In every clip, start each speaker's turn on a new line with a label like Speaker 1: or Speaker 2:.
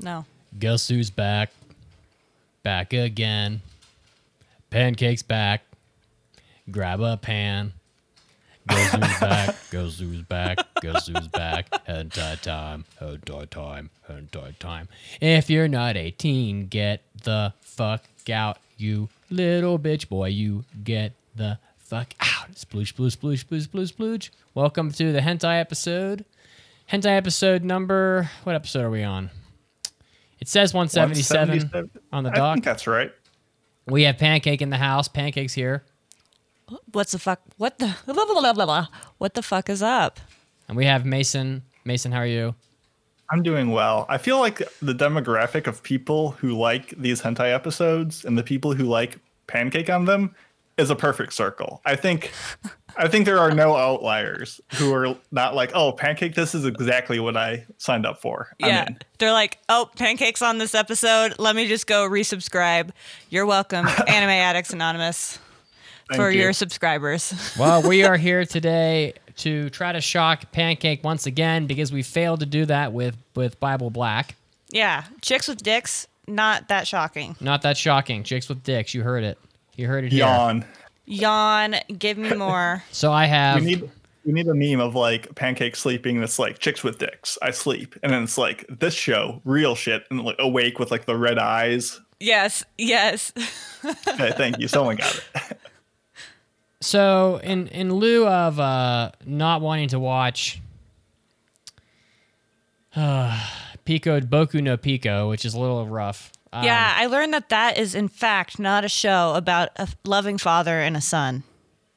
Speaker 1: No.
Speaker 2: Guess who's back? Back again. Pancake's back. Grab a pan. Guess who's back? Guess who's back? Guess who's back? Hentai time. Hentai time. Hentai time. If you're not 18, get the fuck out, you little bitch boy. You get the fuck out. Sploosh, sploosh, sploosh, sploosh, sploosh, sploosh. Welcome to the hentai episode. Hentai episode number. What episode are we on? It says 177 on the
Speaker 3: I
Speaker 2: dock.
Speaker 3: think that's right.
Speaker 2: We have pancake in the house. Pancake's here,
Speaker 1: What's the fuck? What the? Blah, blah, blah, blah, blah. What the fuck is up?
Speaker 2: and we have Mason. Mason, how are you?
Speaker 3: I'm doing well. I feel like the demographic of people who like these hentai episodes and the people who like pancake on them is a perfect circle. I think I think there are no outliers who are not like, "Oh, pancake this is exactly what I signed up for." I'm
Speaker 1: yeah.
Speaker 3: in."
Speaker 1: They're like, oh, pancakes on this episode. Let me just go resubscribe. You're welcome, Anime Addicts Anonymous,
Speaker 3: Thank
Speaker 1: for
Speaker 3: you.
Speaker 1: your subscribers.
Speaker 2: Well, we are here today to try to shock Pancake once again because we failed to do that with with Bible Black.
Speaker 1: yeah. Chicks with dicks, not that shocking.
Speaker 2: Not that shocking. Chicks with dicks. You heard it. You heard it here.
Speaker 3: yawn.
Speaker 1: Yawn, give me more.
Speaker 2: So I have.
Speaker 3: We need we need a meme of like pancake sleeping that's like chicks with dicks. I sleep. And then it's like this show, real shit, and like awake with like the red eyes.
Speaker 1: yes, yes.
Speaker 3: Okay, thank you. Someone got it.
Speaker 2: so in in lieu of uh, not wanting to watch uh, Pico Boku no Pico, which is a little rough. Um,
Speaker 1: yeah, I learned that that is, in fact, not a show about a loving father and a son.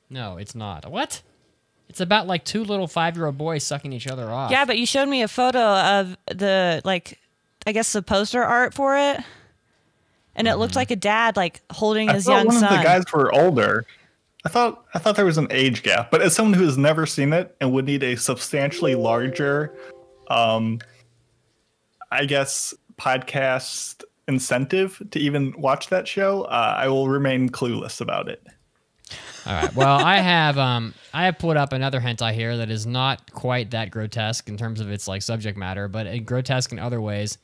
Speaker 2: No, it's not. What? It's about like two little five year old boys sucking each other off.
Speaker 1: Yeah, but you showed me a photo of the like, I guess the poster art for it, and it looked like a dad like holding
Speaker 3: Mm-hmm. I
Speaker 1: his
Speaker 3: thought
Speaker 1: young
Speaker 3: one
Speaker 1: son.
Speaker 3: of the guys were older. I thought I thought there was an age gap, but as someone who has never seen it and would need a substantially larger, um, I guess podcast incentive to even watch that show, uh, I will remain clueless about it.
Speaker 2: All right. Well, I have um I have put up another hentai here that is not quite that grotesque in terms of its like subject matter, but uh, grotesque in other ways.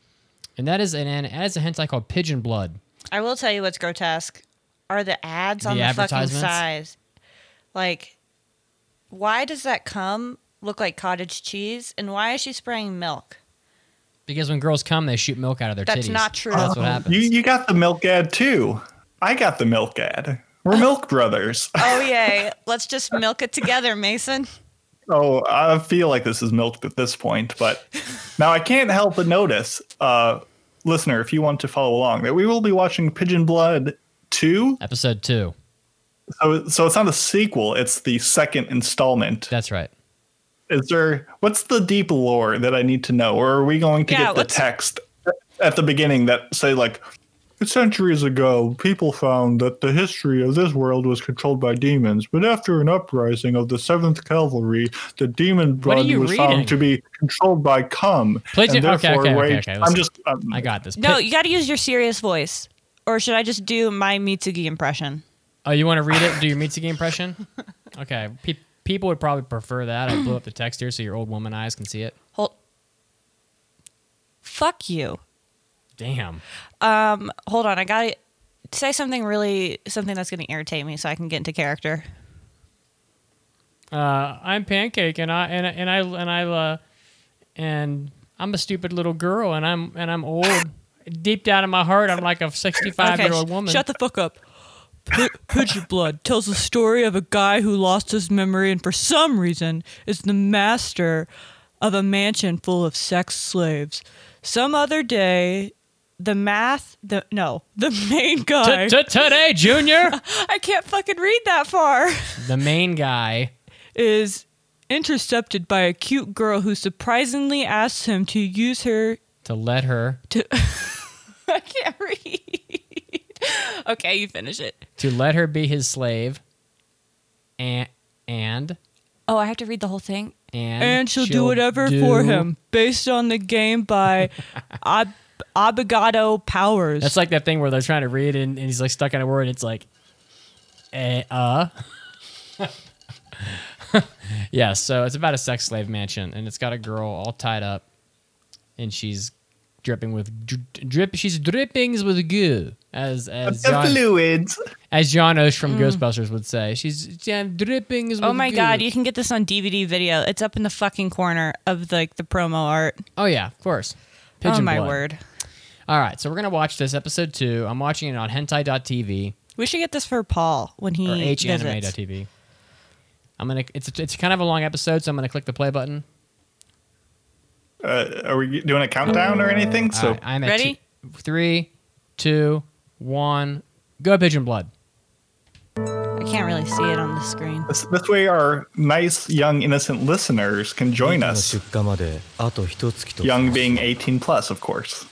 Speaker 2: And that is an, an that is a hentai called Pigeon Blood.
Speaker 1: I will tell you what's grotesque are the ads on
Speaker 2: The
Speaker 1: the, fucking
Speaker 2: advertisements?
Speaker 1: size. Like, why does that cum look like cottage cheese, and why is she spraying milk?
Speaker 2: Because when girls come, they shoot milk out of their
Speaker 1: That's
Speaker 2: titties.
Speaker 1: not true.
Speaker 2: That's what happens.
Speaker 3: Oh, You you got the milk ad too. I got the milk ad. We're milk brothers.
Speaker 1: Oh yay! Let's just milk it together, Mason.
Speaker 3: Oh, I feel like this is milked at this point, but now I can't help but notice, uh, listener, if you want to follow along, that we will be watching Pigeon Blood 2.
Speaker 2: Episode two.
Speaker 3: So, so it's not a sequel, it's the second installment.
Speaker 2: That's right.
Speaker 3: Is there, what's the deep lore that I need to know? Or are we going to
Speaker 1: Yeah,
Speaker 3: get the
Speaker 1: what's-
Speaker 3: text at the beginning that say, like, centuries ago, people found that the history of this world was controlled by demons, but after an uprising of the Seventh Cavalry, the demon
Speaker 2: What are
Speaker 3: blood
Speaker 2: you
Speaker 3: was
Speaker 2: reading?
Speaker 3: found to be controlled by cum.
Speaker 2: Please
Speaker 3: and
Speaker 2: do- okay,
Speaker 3: therefore
Speaker 2: okay, okay,
Speaker 3: waged-
Speaker 2: okay,
Speaker 3: I'm
Speaker 2: listen.
Speaker 3: just. Um,
Speaker 2: I got this.
Speaker 1: No,
Speaker 2: Pit-
Speaker 1: you got to use your serious voice, or should I just do my Mitsugi impression?
Speaker 2: oh, you want to read it? Do your Mitsugi impression? Okay. Pe- people would probably prefer that. I blew up the text here so your old woman eyes can see it.
Speaker 1: Hold. Fuck you.
Speaker 2: Damn.
Speaker 1: Um, hold on. I got to say something really something that's going to irritate me so I can get into character.
Speaker 2: uh, I'm pancake and I and, and I and I uh, and I'm a stupid little girl and I'm and I'm old. Deep down in my heart, I'm like a 65 year old
Speaker 1: sh-
Speaker 2: woman.
Speaker 1: Shut the fuck up. P- Pigeon Blood tells the story of a guy who lost his memory and for some reason is the master of a mansion full of sex slaves. Some other day, the math, the no, the main guy.
Speaker 2: today, Junior.
Speaker 1: I can't fucking read that far.
Speaker 2: the main guy.
Speaker 1: is intercepted by a cute girl who surprisingly asks him to use her
Speaker 2: To let her
Speaker 1: to I can't read. okay, you finish it.
Speaker 2: to let her be his slave, and and
Speaker 1: Oh, I have to read the whole thing.
Speaker 2: and,
Speaker 1: And she'll, do whatever for
Speaker 2: do-
Speaker 1: him based on the game by Ab- Abogado Powers.
Speaker 2: That's like that thing where they're trying to read and, and he's like stuck on a word and it's like, eh, uh. yeah, so it's about a sex slave mansion and it's got a girl all tied up and she's dripping with dri- drip. She's drippings with goo, as as
Speaker 3: The
Speaker 2: John,
Speaker 3: fluids.
Speaker 2: as John Osh from Ghostbusters would say. She's yeah, drippings.
Speaker 4: Mm. Oh
Speaker 2: with
Speaker 4: my
Speaker 2: goo.
Speaker 4: god, you can get this on DVD video. It's up in the fucking corner of like the promo art.
Speaker 2: oh yeah, of course. Pigeon
Speaker 4: oh my
Speaker 2: blood.
Speaker 4: word.
Speaker 2: All right, so we're gonna watch this episode two. I'm watching it on hentai.tv
Speaker 4: We should get this for Paul when he
Speaker 2: or E
Speaker 4: visits.
Speaker 2: hanime.tv. I'm gonna. It's it's kind of a long episode, so I'm gonna click the play button.
Speaker 3: Uh, are we doing a countdown or
Speaker 2: Uh,
Speaker 3: anything? So
Speaker 2: All right, I'm at
Speaker 4: Ready?
Speaker 2: two- three, two, one. Go pigeon blood.
Speaker 4: I can't really see it on the screen.
Speaker 3: this, this way, our nice, young, innocent listeners can join
Speaker 5: の
Speaker 3: us.
Speaker 5: 出荷まであと一月と
Speaker 3: Young being 18 plus, of course.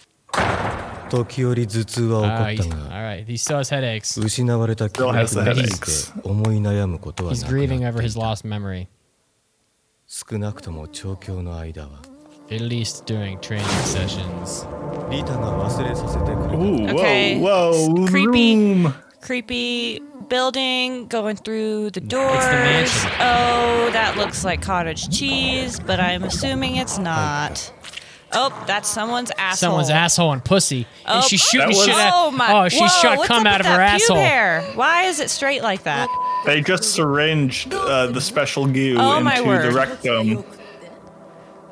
Speaker 5: 時折頭痛は
Speaker 3: Oh,
Speaker 2: Ah,
Speaker 5: 起
Speaker 2: he's-
Speaker 5: こっ
Speaker 2: all
Speaker 5: たが
Speaker 2: right, he still has headaches.
Speaker 5: 失われた記憶につ
Speaker 3: Still has the
Speaker 5: いて思い悩むことはな
Speaker 2: He's
Speaker 5: く
Speaker 2: grieving
Speaker 5: なっ
Speaker 2: over
Speaker 5: てい
Speaker 2: his
Speaker 5: た
Speaker 2: lost memory.
Speaker 5: 少なくとも調教の間は
Speaker 2: At least during training sessions.
Speaker 5: リタが忘れさせてくれた
Speaker 3: Ooh,
Speaker 4: Okay.
Speaker 3: whoa, whoa.
Speaker 4: It's creepy.
Speaker 3: Room.
Speaker 4: Creepy building going through the doors.
Speaker 2: mansion.
Speaker 4: Oh, that looks like cottage cheese, but I'm assuming it's not. Oh, that's someone's asshole.
Speaker 2: Someone's asshole and pussy.
Speaker 4: Oh,
Speaker 2: and she's shooting
Speaker 3: That was-
Speaker 2: shit out.
Speaker 4: Oh my!
Speaker 2: oh, she
Speaker 4: whoa,
Speaker 2: shot
Speaker 4: what's
Speaker 2: cum
Speaker 4: up
Speaker 2: out of
Speaker 4: with
Speaker 2: her
Speaker 4: that pube
Speaker 2: asshole.
Speaker 4: Hair? Why is it straight like that?
Speaker 3: They just syringed uh, the special goo
Speaker 4: Oh, my
Speaker 3: into the
Speaker 4: word.
Speaker 3: rectum.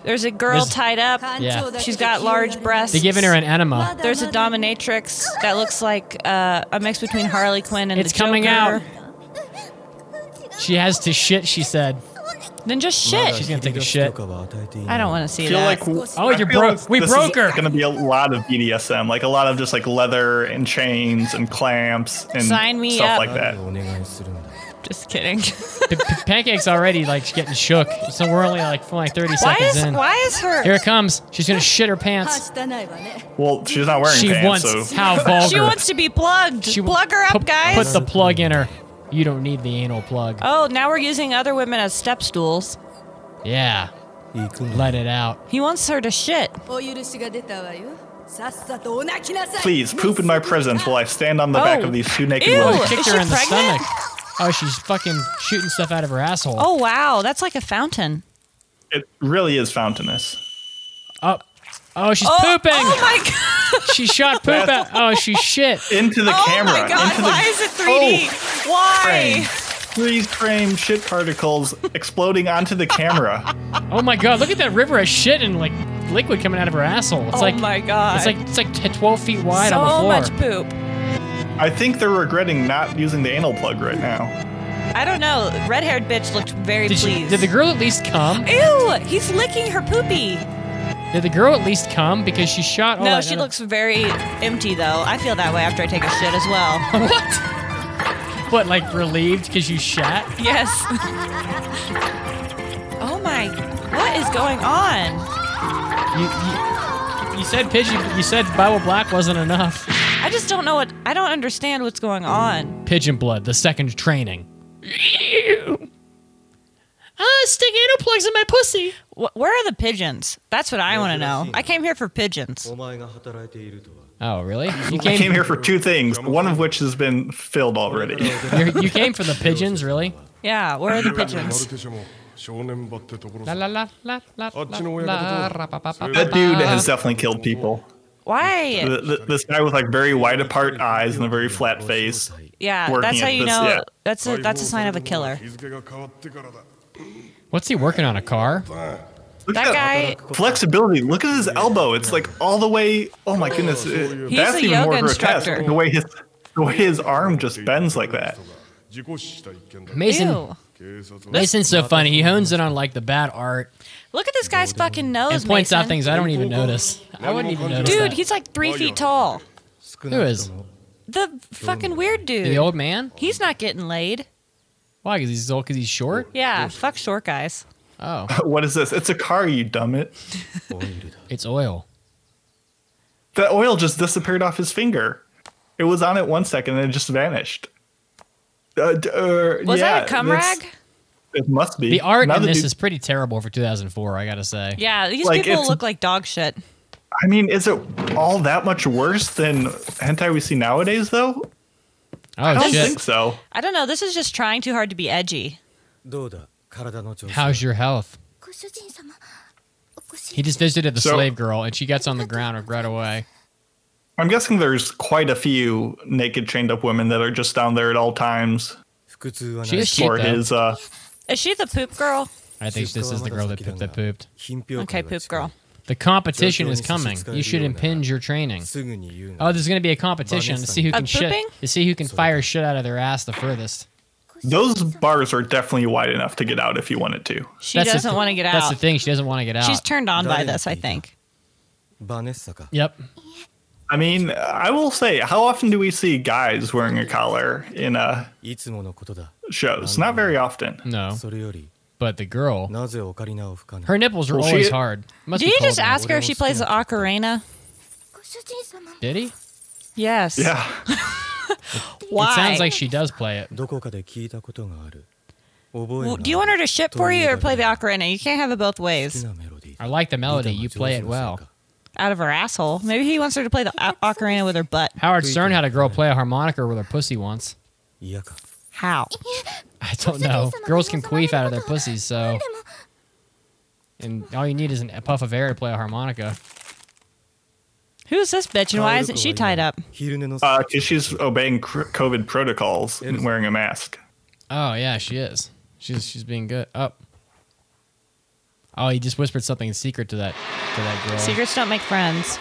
Speaker 4: There's a girl
Speaker 2: There's-
Speaker 4: tied up.
Speaker 2: Yeah.
Speaker 4: She's got large breasts.
Speaker 2: They're giving her an enema.
Speaker 4: There's a dominatrix that looks like uh, a mix between Harley Quinn and
Speaker 2: It's
Speaker 4: the
Speaker 2: coming
Speaker 4: Joker.
Speaker 2: She has to shit, she said.
Speaker 4: Then just shit.
Speaker 2: She's gonna take a
Speaker 5: 引き出す
Speaker 2: shit.
Speaker 5: 許可は与えていない
Speaker 4: I don't want to see
Speaker 3: I feel
Speaker 4: that.
Speaker 3: like w-
Speaker 2: Oh,
Speaker 3: I
Speaker 2: you
Speaker 3: feel
Speaker 2: broke-
Speaker 3: like
Speaker 2: we
Speaker 3: this
Speaker 2: broke her.
Speaker 3: Is going to be a lot of BDSM, like a lot of just like leather and chains and clamps and
Speaker 4: Sign me
Speaker 3: stuff
Speaker 4: up.
Speaker 3: like that.
Speaker 5: 誰をお願いするんだ
Speaker 4: just kidding.
Speaker 2: P- p- Pancake's already like getting shook. So we're only like, like 30
Speaker 4: why
Speaker 2: seconds
Speaker 4: is
Speaker 2: in.
Speaker 4: why is her?
Speaker 2: Here it comes. She's gonna shit her pants.
Speaker 3: Well, she's not wearing
Speaker 2: She
Speaker 3: pants,
Speaker 2: wants
Speaker 3: so
Speaker 2: how vulgar.
Speaker 4: she wants to be plugged.
Speaker 2: She w-
Speaker 4: Plug her up,
Speaker 2: put- Put
Speaker 4: guys.
Speaker 2: the plug in her. You don't need the anal plug.
Speaker 4: oh, now we're using other women as step stools.
Speaker 2: Yeah.
Speaker 5: 行くんだ
Speaker 2: Let it out.
Speaker 4: He wants her to shit.
Speaker 6: お許しが出たわよ。さっさとお泣きなさい。
Speaker 3: please poop in my presence while I stand on the back
Speaker 4: Oh.
Speaker 3: of these two naked
Speaker 4: Ew.
Speaker 3: women.
Speaker 4: Is
Speaker 2: Kicked her
Speaker 4: she
Speaker 2: in the
Speaker 4: pregnant?
Speaker 2: stomach. Oh, she's fucking shooting stuff out of her asshole.
Speaker 4: Oh wow, that's like a fountain.
Speaker 3: It really is fountainous.
Speaker 2: Oh, oh she's
Speaker 4: Oh,
Speaker 2: pooping.
Speaker 4: oh my god.
Speaker 2: She shot poop out. Oh, she shit.
Speaker 3: Into the
Speaker 4: oh
Speaker 3: camera.
Speaker 4: my god,
Speaker 3: into the Oh,
Speaker 4: why is it 3D?
Speaker 3: frame.
Speaker 4: why?
Speaker 3: Freeze frame shit particles exploding onto the camera.
Speaker 2: Oh my god, look at that river of shit and like liquid coming out of her asshole. It's
Speaker 4: oh
Speaker 2: like
Speaker 4: my god.
Speaker 2: it's like it's like t- twelve feet wide
Speaker 4: so
Speaker 2: on the
Speaker 4: much
Speaker 2: floor.
Speaker 4: poop.
Speaker 3: I think they're regretting not using the anal plug right now.
Speaker 4: I don't know. Red haired bitch looked very
Speaker 2: Did, she-
Speaker 4: pleased.
Speaker 2: did the girl at least come?
Speaker 4: Ew! He's licking her poopy.
Speaker 2: Did the girl at least come? Because she shot. all
Speaker 4: no,
Speaker 2: that
Speaker 4: she
Speaker 2: out of-
Speaker 4: looks very empty though. I feel that way after I take a shit as well.
Speaker 2: what? What like relieved because you shat?
Speaker 4: yes. oh my! What is going on?
Speaker 2: You, you, you said pigeon. You said Bible Black wasn't enough.
Speaker 4: I just don't know what. I don't understand what's going on.
Speaker 2: Pigeon blood. The second training. Ah, stick anal plugs in my pussy.
Speaker 4: Wh- where are the pigeons? That's what I want to know. I came here for pigeons.
Speaker 5: お前が働いているとは
Speaker 2: Oh, really? You
Speaker 3: I
Speaker 2: came,
Speaker 3: came here for two things, one of which has been filled already.
Speaker 2: you're- you came for the pigeons, really?
Speaker 4: Yeah, where are the
Speaker 7: マル
Speaker 4: pigeons?
Speaker 7: テ社も正念場ってところ
Speaker 2: La
Speaker 7: さ
Speaker 2: la la la la.
Speaker 7: Oh,
Speaker 2: la,
Speaker 7: you know where
Speaker 2: la,
Speaker 7: I got the-
Speaker 2: ra, pa, pa, pa,
Speaker 3: That
Speaker 7: That
Speaker 2: pa,
Speaker 3: dude
Speaker 2: pa.
Speaker 3: has definitely killed people.
Speaker 4: Why?
Speaker 3: Th- th- This guy with like very wide apart eyes and a very flat face.
Speaker 4: Yeah,
Speaker 3: working
Speaker 4: that's how
Speaker 3: at
Speaker 4: you
Speaker 3: this-
Speaker 4: know.
Speaker 3: yeah.
Speaker 4: That's a that's a sign of a killer.
Speaker 7: 日付が変わってからだ
Speaker 2: What's he working on? A car?
Speaker 3: Look
Speaker 4: That
Speaker 3: at
Speaker 4: guy.
Speaker 3: flexibility. Look at his elbow. It's like all the way. Oh my goodness. It-
Speaker 4: He's
Speaker 3: that's
Speaker 4: a
Speaker 3: even more
Speaker 4: yoga
Speaker 3: grotesque.
Speaker 4: instructor.
Speaker 3: The way his the way his arm just bends like that.
Speaker 7: 事故死した一件だ
Speaker 2: Mason.
Speaker 4: Ew.
Speaker 7: 警察は
Speaker 2: Mason's so funny. He hones in on like the bad art
Speaker 4: Look at this guy's fucking nose.
Speaker 2: and points out
Speaker 4: Mason.
Speaker 2: things I don't even notice. I wouldn't even notice.
Speaker 4: Dude,
Speaker 2: that.
Speaker 4: he's like three feet tall.
Speaker 2: who is
Speaker 4: The fucking weird
Speaker 2: the
Speaker 4: dude.
Speaker 2: old man?
Speaker 4: He's not getting laid.
Speaker 2: Why? Because he's old? Because he's short?
Speaker 4: Yeah, fuck short guys.
Speaker 2: Oh,
Speaker 3: What is this? It's a car, you dumb it.
Speaker 5: オイルだ
Speaker 2: it's oil.
Speaker 3: That oil just disappeared off his finger. It was on it one second and it just vanished. Uh, d- uh,
Speaker 4: Was
Speaker 3: yeah,
Speaker 4: that a cum
Speaker 3: that's-
Speaker 4: rag?
Speaker 3: It must be.
Speaker 2: The art in
Speaker 3: Another
Speaker 2: this
Speaker 3: dude-
Speaker 2: is pretty terrible for 2004. I gotta say.
Speaker 4: Yeah, these
Speaker 3: Like,
Speaker 4: people
Speaker 3: it's-
Speaker 4: look like dog shit.
Speaker 3: I mean, is it all that much worse than hentai we see nowadays, though? I
Speaker 2: Oh
Speaker 3: don't
Speaker 2: shit.
Speaker 3: think so.
Speaker 4: I don't know. This is just trying too hard to be edgy.
Speaker 5: どうだ体の調子は
Speaker 2: How's your health?
Speaker 8: ご主人様ご
Speaker 2: He just visited the
Speaker 3: So-
Speaker 2: slave girl, and she gets on the ground right away.
Speaker 3: I'm guessing there's quite a few naked, chained up women that are just down there at all times
Speaker 5: 腹痛はな
Speaker 2: し
Speaker 5: い
Speaker 2: し
Speaker 3: for
Speaker 2: Cheat, though.
Speaker 3: his. Uh,
Speaker 4: Is she the poop girl?
Speaker 2: I think this is the girl that pooped. That pooped.
Speaker 5: 品評
Speaker 4: Okay,
Speaker 5: 会が
Speaker 4: poop
Speaker 5: 近い
Speaker 4: girl.
Speaker 2: The competition is coming. You should impinge your training.
Speaker 5: すぐに言うな
Speaker 2: Oh, there's gonna be a competition to see who
Speaker 4: Of
Speaker 2: can shit,
Speaker 4: pooping?
Speaker 2: to see who can fire shit out of their ass the furthest.
Speaker 3: those bars are definitely wide enough to get out if you wanted to.
Speaker 4: She
Speaker 2: That's the
Speaker 4: doesn't
Speaker 2: th-
Speaker 4: want to get
Speaker 2: That's
Speaker 4: out.
Speaker 2: the thing. She doesn't want to get out.
Speaker 4: She's turned on by
Speaker 5: Darling,
Speaker 4: this, I
Speaker 5: Peter.
Speaker 4: think.
Speaker 5: バネッサか
Speaker 2: Yep.
Speaker 3: I mean, I will say, how often do we see guys wearing a collar in uh,
Speaker 5: いつものことだ
Speaker 2: Oh,
Speaker 3: shows? Not very often.
Speaker 2: No.
Speaker 5: それより
Speaker 2: But the girl,
Speaker 5: なぜオカリナを吹かない
Speaker 2: her nipples are
Speaker 3: Well,
Speaker 2: always
Speaker 3: she-
Speaker 2: hard. Must
Speaker 4: Do
Speaker 2: be
Speaker 4: you
Speaker 2: cold
Speaker 4: just
Speaker 2: now.
Speaker 4: ask her if
Speaker 5: Whatever
Speaker 4: she plays the
Speaker 5: skin.
Speaker 4: ocarina?
Speaker 2: Did he?
Speaker 4: Yes.
Speaker 3: Yeah.
Speaker 4: Why?
Speaker 2: It sounds like she does play it.
Speaker 5: どこかで聞いたことがある覚え
Speaker 4: Well,
Speaker 5: の
Speaker 4: do you want her to ship for you or play the ocarina? You can't have it both
Speaker 5: 好き
Speaker 4: ways.
Speaker 5: なメロディー
Speaker 2: I like the melody. You play it well.
Speaker 4: Out of her asshole. Maybe he wants her to play the o- ocarina with her butt.
Speaker 2: Howard Stern had a girl play a harmonica with her pussy once.
Speaker 5: 嫌か
Speaker 4: How?
Speaker 2: I don't know. Girls can queef out of their pussies, so. And all you need is an- a puff of air to play a harmonica.
Speaker 4: Who's this bitch and why isn't she tied up?
Speaker 5: 昼寝の
Speaker 3: Uh 'cause she's obeying cr- COVID protocols
Speaker 5: It is-
Speaker 3: and wearing a mask.
Speaker 2: Oh yeah, she is. She's she's being good. Up. Oh, he just whispered something in secret to that to that girl.
Speaker 4: Secrets don't make friends.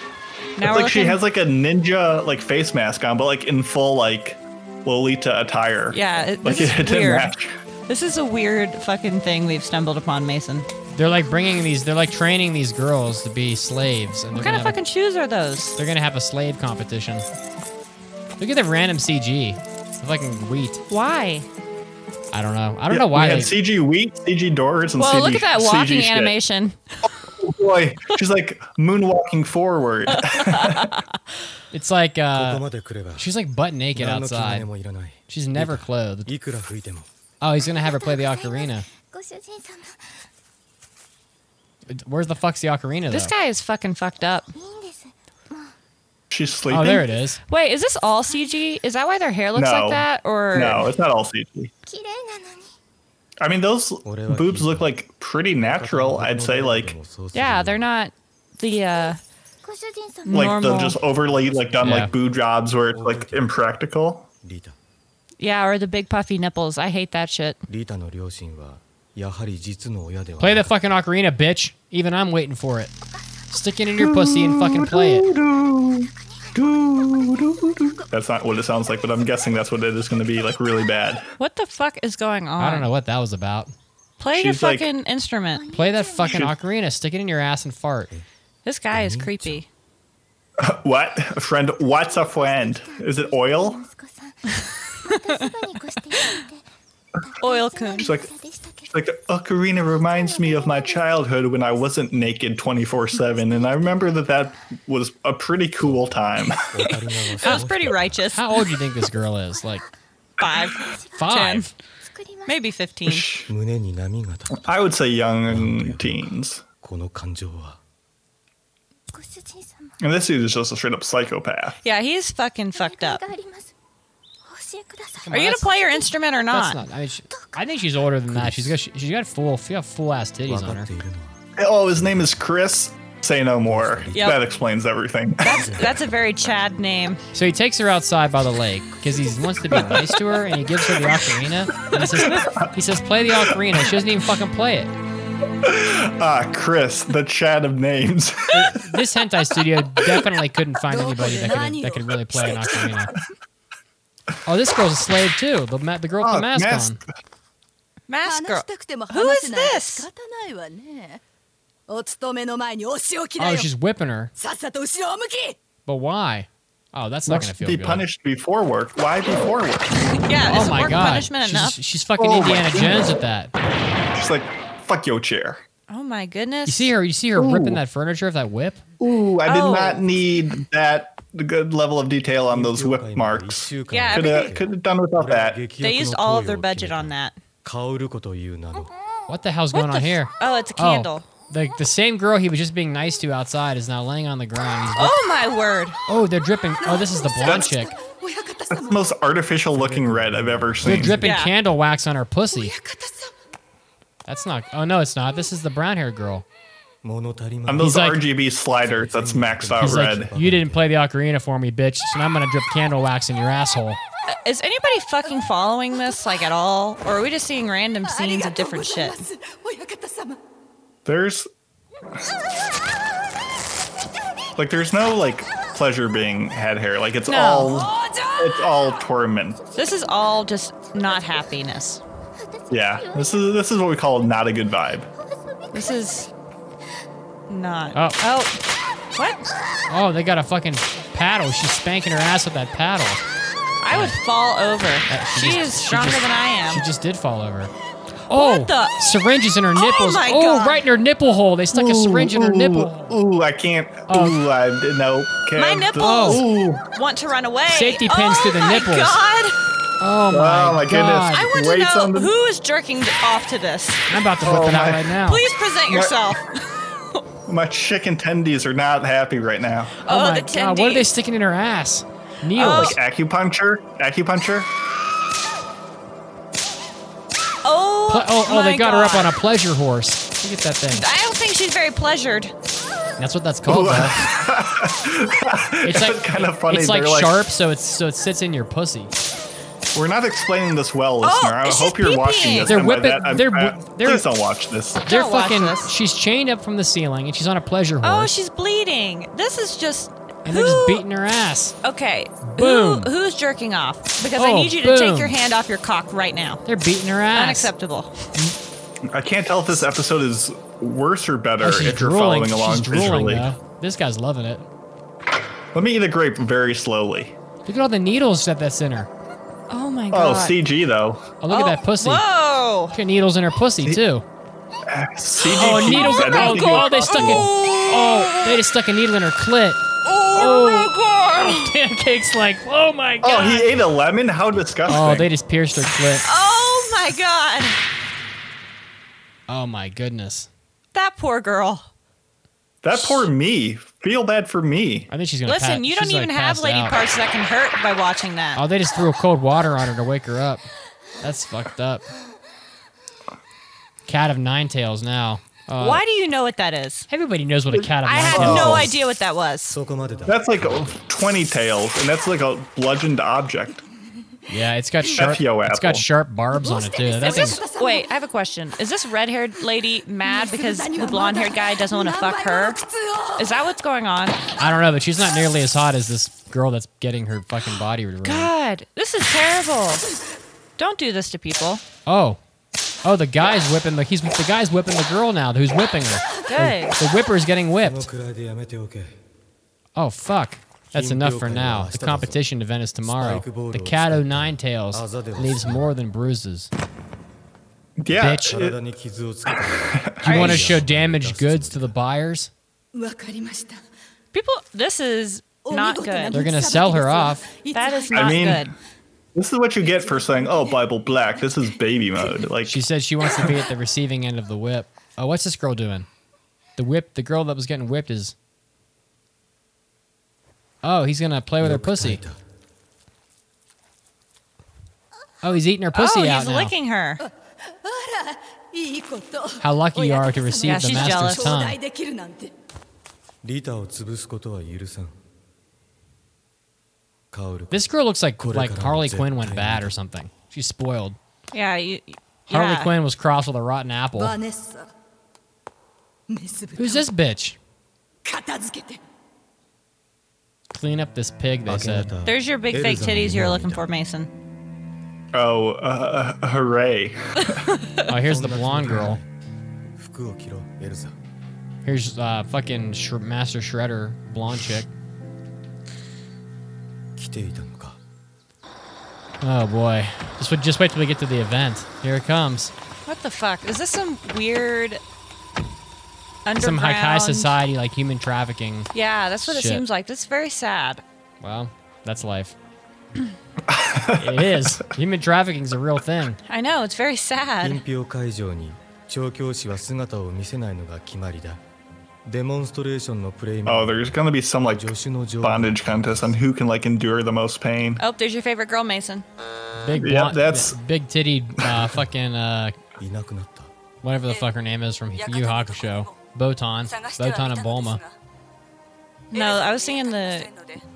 Speaker 3: It's
Speaker 4: Now
Speaker 3: like
Speaker 4: we're
Speaker 3: she
Speaker 4: looking-
Speaker 3: has like a ninja like face mask on, but like in full like Lolita attire.
Speaker 4: Yeah, it,
Speaker 3: Like
Speaker 4: this is
Speaker 3: it didn't
Speaker 4: weird.
Speaker 3: match.
Speaker 4: This is a weird fucking thing we've stumbled upon, Mason.
Speaker 2: They're like bringing these. They're like training these girls to be slaves, and they're
Speaker 4: What kind
Speaker 2: gonna
Speaker 4: of
Speaker 2: have,
Speaker 4: fucking shoes are those?
Speaker 2: they're gonna have a slave competition. Look at the random CG. The fucking wheat.
Speaker 4: Why?
Speaker 2: I don't know. I don't
Speaker 3: Yeah,
Speaker 2: know why.
Speaker 3: We had
Speaker 2: they-
Speaker 3: CG wheat, CG doors, and
Speaker 4: Well,
Speaker 3: CG
Speaker 4: look at that
Speaker 3: CG
Speaker 4: walking
Speaker 3: shit. Oh,
Speaker 4: animation.
Speaker 3: Boy, she's like moonwalking forward.
Speaker 4: Uh,
Speaker 2: it's like
Speaker 5: ここま
Speaker 2: uh,
Speaker 5: で来れば
Speaker 2: she's like butt naked
Speaker 5: 何の気兼ね
Speaker 2: outside.
Speaker 5: もいらない
Speaker 2: She's never clothed.
Speaker 5: いくら吹いても
Speaker 2: Oh, he's gonna have her play the ocarina.
Speaker 9: ご主人様
Speaker 2: Where's the fuck's the ocarina?
Speaker 4: This
Speaker 2: though?
Speaker 4: guy is fucking fucked up.
Speaker 9: いいんです
Speaker 3: she's sleeping.
Speaker 2: Oh, there it is.
Speaker 4: Wait, is this all CG? Is that why their hair looks
Speaker 3: No.
Speaker 4: like that? Or
Speaker 3: No, it's not all CG.
Speaker 9: 綺麗なのに
Speaker 3: I mean, those
Speaker 5: Whatever.
Speaker 3: boobs look like pretty natural. I'd say like
Speaker 4: yeah, they're not the uh
Speaker 9: ご主人様
Speaker 3: like
Speaker 4: normal.
Speaker 3: the just overly like done
Speaker 2: Yeah.
Speaker 3: like boo jobs where it's like impractical.
Speaker 5: リータ
Speaker 4: yeah, or the big puffy nipples. I hate that shit.
Speaker 5: リータの両親はやはり実の親では
Speaker 2: Play
Speaker 5: な
Speaker 2: the
Speaker 5: か
Speaker 2: fucking ocarina, bitch. Even I'm waiting for it. Stick it in your pussy and fucking play it.
Speaker 3: That's not what it sounds like, but I'm guessing that's what it is going to be like really bad.
Speaker 4: What the fuck is going on?
Speaker 2: I don't know what that was about.
Speaker 4: Play your
Speaker 3: She's like-
Speaker 4: fucking instrument.
Speaker 2: Play that fucking ocarina. Stick it in your ass and fart.
Speaker 4: This guy
Speaker 2: Mm-hmm.
Speaker 4: is creepy.
Speaker 3: What? A friend? What's a friend? Is it oil?
Speaker 9: 息子さんまたそばに越していただ いて
Speaker 4: Oil coon.
Speaker 9: 大変なでしたけど
Speaker 3: Like the ocarina reminds me of my childhood when I wasn't naked 24 7. And I remember that that was a pretty cool time.
Speaker 5: オカリナはそ
Speaker 4: That
Speaker 5: の
Speaker 4: was
Speaker 5: 人
Speaker 4: pretty righteous.
Speaker 2: How old do you think this girl is? Like
Speaker 4: Five,
Speaker 2: five.
Speaker 9: 作ります
Speaker 4: maybe fifteen.
Speaker 5: 胸に波が立った
Speaker 3: I would say young teens.
Speaker 5: この感情は
Speaker 9: ご主人様
Speaker 3: And this dude is just a straight up psychopath.
Speaker 4: Yeah, he's fucking fucked up.
Speaker 9: お願いがありますお教えください
Speaker 4: Are you gonna play your instrument or
Speaker 2: That's
Speaker 4: not?
Speaker 2: not. I mean, she, I think she's older than that. She's got she, she's got full she got full ass titties
Speaker 5: 分
Speaker 2: on
Speaker 5: かっ
Speaker 2: her.
Speaker 5: ているのは
Speaker 3: Oh, his name is Chris. Say no more.
Speaker 4: Yep.
Speaker 3: That explains everything.
Speaker 4: That's that's a very Chad name.
Speaker 2: So he takes her outside by the lake because he wants to be nice to her, and he gives her the ocarina. And he says he says play the ocarina. She doesn't even fucking play it.
Speaker 3: ah, Chris, the Chad of names.
Speaker 2: This hentai studio definitely couldn't find anybody that could that could really play an ocarina. Oh, this girl's a slave too. The ma- the girl with the
Speaker 3: Oh,
Speaker 2: mask,
Speaker 3: mask.
Speaker 2: on.
Speaker 4: Mask
Speaker 6: 話
Speaker 4: girl.
Speaker 6: したくても
Speaker 4: Who
Speaker 6: 話
Speaker 4: is
Speaker 6: せない
Speaker 4: this?
Speaker 6: 仕方ないわねお勤めの前にお仕置きだ
Speaker 2: Oh,
Speaker 6: よ
Speaker 2: she's whipping her.
Speaker 6: さっさと後ろを向き
Speaker 2: But why? Oh, that's not gonna
Speaker 3: Must
Speaker 2: feel
Speaker 3: be
Speaker 2: good.
Speaker 3: punished before work. Why before work?
Speaker 4: Yeah,
Speaker 2: Oh
Speaker 4: is
Speaker 2: my
Speaker 4: work
Speaker 2: god,
Speaker 4: punishment
Speaker 2: she's,
Speaker 4: enough?
Speaker 2: she's fucking
Speaker 3: Oh my
Speaker 2: Indiana
Speaker 3: goodness.
Speaker 2: Jones at that.
Speaker 3: She's like, fuck your chair.
Speaker 4: Oh my goodness.
Speaker 2: You see her? You see her ripping that furniture with that whip?
Speaker 3: Ooh, I did
Speaker 4: Oh.
Speaker 3: not need that good level of detail on those whip
Speaker 5: 一
Speaker 3: marks.
Speaker 5: 週間
Speaker 4: Yeah,
Speaker 5: だ
Speaker 3: Could
Speaker 5: け
Speaker 4: everything-
Speaker 3: have could have done without that.
Speaker 5: 激
Speaker 4: They
Speaker 5: 薬の
Speaker 4: used all of their
Speaker 5: 投与を決め
Speaker 4: budget
Speaker 5: た
Speaker 4: on that.
Speaker 5: 香るこという名の
Speaker 2: What the hell's
Speaker 4: What
Speaker 2: going
Speaker 4: the
Speaker 2: on
Speaker 4: f-
Speaker 2: here?
Speaker 4: Oh, it's a candle.
Speaker 2: Oh, the the same girl he was just being nice to outside is now laying on the ground. He's-
Speaker 4: Oh my word.
Speaker 2: oh, they're dripping. Oh, this is the blonde
Speaker 3: That's-
Speaker 2: chick.
Speaker 6: 親方
Speaker 3: That's the
Speaker 6: 様
Speaker 3: most artificial looking red I've ever
Speaker 2: They're
Speaker 3: seen.
Speaker 2: dripping
Speaker 4: Yeah.
Speaker 2: candle wax on her pussy. oh,
Speaker 6: 親方様
Speaker 2: That's not. Oh no, it's not. This is the brown haired girl.
Speaker 5: 物足りま
Speaker 3: I'm
Speaker 5: せん
Speaker 3: those
Speaker 2: He's like-
Speaker 3: RGB sliders that's maxed out
Speaker 2: He's
Speaker 3: Oh, red.
Speaker 2: like, you didn't play the ocarina for me, bitch. So now I'm gonna drip candle wax in your asshole.
Speaker 4: Is anybody fucking following this like at all, or are we just seeing random
Speaker 6: あり
Speaker 4: scenes
Speaker 6: が
Speaker 4: of
Speaker 6: とうご
Speaker 4: different
Speaker 6: ざい
Speaker 4: shit?
Speaker 6: ます親方様
Speaker 3: There's like there's no like pleasure being had here. Like it's
Speaker 4: No.
Speaker 3: all it's all torment.
Speaker 4: This is all just not happiness.
Speaker 3: Yeah. This is this is what we call not a good vibe.
Speaker 4: This is not.
Speaker 2: Oh.
Speaker 4: oh. What?
Speaker 2: Oh, they got a fucking paddle. She's spanking her ass with that paddle.
Speaker 4: I would fall over. She,
Speaker 2: just-
Speaker 4: is stronger
Speaker 2: just-
Speaker 4: than I
Speaker 2: She
Speaker 4: am.
Speaker 2: just did fall over. Oh,
Speaker 4: the-
Speaker 2: syringes in her nipples.
Speaker 4: my
Speaker 2: oh,
Speaker 4: God.
Speaker 2: right in her nipple hole. They stuck a syringe in her
Speaker 3: Ooh,
Speaker 2: nipple.
Speaker 3: Ooh, I can't. Ooh, I no. Can't.
Speaker 4: My nipples
Speaker 2: Oh.
Speaker 4: want to run away.
Speaker 2: Safety pins
Speaker 4: oh
Speaker 2: to the
Speaker 4: my
Speaker 2: nipples.
Speaker 4: God.
Speaker 2: Oh my,
Speaker 3: Oh my
Speaker 2: God.
Speaker 3: goodness.
Speaker 4: I want
Speaker 3: Weights
Speaker 4: to
Speaker 3: on
Speaker 4: know
Speaker 3: the-
Speaker 4: who is jerking off to this.
Speaker 2: I'm about to flip
Speaker 3: Oh
Speaker 2: it out
Speaker 3: my-
Speaker 2: right now.
Speaker 4: Please present yourself.
Speaker 3: My chicken tendies are not happy right now.
Speaker 2: Oh,
Speaker 4: Oh, the
Speaker 2: my God. What are they
Speaker 4: tendies.
Speaker 2: sticking in her ass? Needles.
Speaker 3: Like acupuncture, acupuncture.
Speaker 4: Oh,
Speaker 2: Ple- oh, oh,
Speaker 4: my
Speaker 2: they got her up
Speaker 4: God.
Speaker 2: on a pleasure horse. Look at that thing.
Speaker 4: I don't think she's very pleasured.
Speaker 2: That's what that's called. though. it's like
Speaker 3: kind of funny.
Speaker 2: It's like
Speaker 3: They're like-
Speaker 2: sharp, so it's so it sits in your pussy.
Speaker 3: We're not explaining this
Speaker 4: Oh,
Speaker 3: well, listener. I
Speaker 4: she's
Speaker 3: hope you're watching
Speaker 4: pee-peeing.
Speaker 3: this.
Speaker 2: They're
Speaker 3: and by
Speaker 2: whipping-
Speaker 3: that, I'm-
Speaker 2: they're
Speaker 3: I-
Speaker 2: whi- they're-
Speaker 3: please don't watch this.
Speaker 2: They're
Speaker 4: Don't watch
Speaker 2: fucking.
Speaker 4: this.
Speaker 2: She's chained up from the ceiling, and she's on a pleasure horse.
Speaker 4: Oh, she's bleeding. This is just.
Speaker 2: and they're just
Speaker 4: who-
Speaker 2: beating her ass.
Speaker 4: Okay.
Speaker 2: Boom.
Speaker 4: Who, who's jerking off? Because I
Speaker 2: Oh,
Speaker 4: need you to take
Speaker 2: boom.
Speaker 4: your hand off your cock right now.
Speaker 2: They're beating her ass.
Speaker 4: Unacceptable.
Speaker 3: I can't tell if this episode is worse or better
Speaker 2: Oh, she's
Speaker 3: if you're
Speaker 2: drooling.
Speaker 3: following along
Speaker 2: she's drooling,
Speaker 3: visually.
Speaker 2: though. This guy's loving it.
Speaker 3: Let me eat a grape very slowly.
Speaker 2: Look at all the needles that that's in her.
Speaker 4: Oh my
Speaker 3: Oh,
Speaker 4: god.
Speaker 3: CG though.
Speaker 2: Oh, look at that pussy. Look
Speaker 4: Whoa.
Speaker 2: at needles in her pussy too.
Speaker 3: CG.
Speaker 2: Oh, needles!
Speaker 3: I don't
Speaker 2: Oh,
Speaker 3: think you-
Speaker 2: oh, they stuck it. Oh, they just stuck a needle in her clit. Oh, Pancake's like, oh my
Speaker 3: Oh,
Speaker 2: god.
Speaker 3: he ate a lemon. How disgusting!
Speaker 2: Oh, they just pierced her clit.
Speaker 4: Oh my god.
Speaker 2: Oh my goodness.
Speaker 4: That poor girl.
Speaker 3: that poor me. Feel bad for me.
Speaker 2: I think she's gonna.
Speaker 4: Listen,
Speaker 2: pa-
Speaker 4: you don't
Speaker 2: she's, like,
Speaker 4: even have
Speaker 2: passed
Speaker 4: lady
Speaker 2: out.
Speaker 4: parts that can hurt by watching that.
Speaker 2: Oh, they just threw cold water on her to wake her up. That's fucked up. Cat of nine tails now. Uh,
Speaker 4: Why do you know what that is?
Speaker 2: Everybody knows what a cat of
Speaker 4: I
Speaker 2: nine
Speaker 4: had
Speaker 2: tails
Speaker 4: no
Speaker 2: is.
Speaker 4: idea what that was.
Speaker 5: そこまでだ
Speaker 3: That's like a- twenty tails, and that's like a bludgeoned object.
Speaker 2: Yeah, it's got sharp.
Speaker 3: yo,
Speaker 2: It's got
Speaker 3: Apple.
Speaker 2: sharp barbs on it too. That
Speaker 4: Is
Speaker 2: thing's,
Speaker 4: this, wait, I have a question. Is this red haired lady mad because the blonde haired guy doesn't want to fuck her? Is that what's going on?
Speaker 2: I don't know, but she's not nearly as hot as this girl that's getting her fucking body removed.
Speaker 4: God, this is terrible. Don't do this to people.
Speaker 2: Oh, oh, the guy's whipping the he's the guy's whipping the girl now. Who's whipping her?
Speaker 4: Good.
Speaker 2: The whipper's getting
Speaker 5: この
Speaker 2: whipped.
Speaker 5: くらいでやめておけ
Speaker 2: Oh fuck. That's enough for now. The competition event is tomorrow. The cat o' nine tails leaves more than bruises.
Speaker 3: Yeah,
Speaker 2: Bitch.
Speaker 5: 体に傷をつけて
Speaker 2: You want to show damaged goods to the buyers?
Speaker 6: わかりました
Speaker 4: People, this is not good.
Speaker 2: They're gonna sell her off.
Speaker 4: That is
Speaker 3: I
Speaker 4: not
Speaker 3: mean-
Speaker 4: good.
Speaker 3: this is what you get for saying, "Oh, Bible Black." This is baby mode. Like
Speaker 2: She said she wants to be at the receiving end of the whip. Oh, what's this girl doing? The whip, the girl that was getting whipped is. Oh, he's gonna play with her
Speaker 5: よく耐
Speaker 2: pussy.
Speaker 5: えた
Speaker 2: Oh, he's eating her pussy
Speaker 4: oh,
Speaker 2: out
Speaker 4: he's
Speaker 2: now.
Speaker 4: licking her.
Speaker 6: いいこと。
Speaker 2: How lucky you are to receive
Speaker 4: Oh, Yeah,
Speaker 2: the
Speaker 4: she's
Speaker 2: master's
Speaker 4: jealous.
Speaker 6: 頂戴
Speaker 2: tongue.
Speaker 6: できるなんて。
Speaker 5: リタを潰すことは許さん薫子
Speaker 2: This girl looks like
Speaker 5: Coulda
Speaker 2: like
Speaker 5: got him
Speaker 2: Harley
Speaker 5: zip
Speaker 2: Quinn went
Speaker 5: tied.
Speaker 2: bad or something. She's spoiled.
Speaker 4: Yeah, you. Yeah.
Speaker 2: Harley Quinn was crossed with a rotten apple.
Speaker 6: バネッサ。メス豚を
Speaker 2: Who's this bitch?
Speaker 6: 片付けて。
Speaker 2: Clean up this pig, they
Speaker 5: 明け
Speaker 2: said.
Speaker 5: 方
Speaker 4: There's your big fake titties you're looking for, Mason.
Speaker 3: Oh, uh, uh, hooray.
Speaker 2: Oh, here's the blonde girl.
Speaker 5: 服を着ろエルザ
Speaker 2: Here's uh, fucking Sh- Master Shredder, blonde chick.
Speaker 5: 来ていたのか
Speaker 2: Oh boy. Just wait, just wait till we get to the event. Here it comes.
Speaker 4: What the fuck? Is this some weird underground?
Speaker 2: Some high, high society like human trafficking.
Speaker 4: Yeah, that's what
Speaker 2: Shit.
Speaker 4: it seems like. That's very sad.
Speaker 2: Well, that's life. it is. Human trafficking's a real thing.
Speaker 4: I know it's very sad.
Speaker 5: 品評会場に調教師は姿を見せないのが決まりだデモンストレーションのプレイも
Speaker 3: Oh, there's gonna be some like
Speaker 5: 助手の上
Speaker 3: bondage contest on who can like endure the most pain.
Speaker 4: Oh, there's your favorite girl, Mason.
Speaker 2: Big
Speaker 3: Yeah,
Speaker 2: blonde,
Speaker 3: that's-
Speaker 2: big titty uh, fucking uh,
Speaker 5: いなくなった
Speaker 2: whatever the fuck her name is from Yu Yu Hakusho. Botan.
Speaker 6: 探してはいた
Speaker 2: Botan
Speaker 6: の
Speaker 2: and
Speaker 6: ですが
Speaker 2: Bulma.
Speaker 4: No, I was thinking the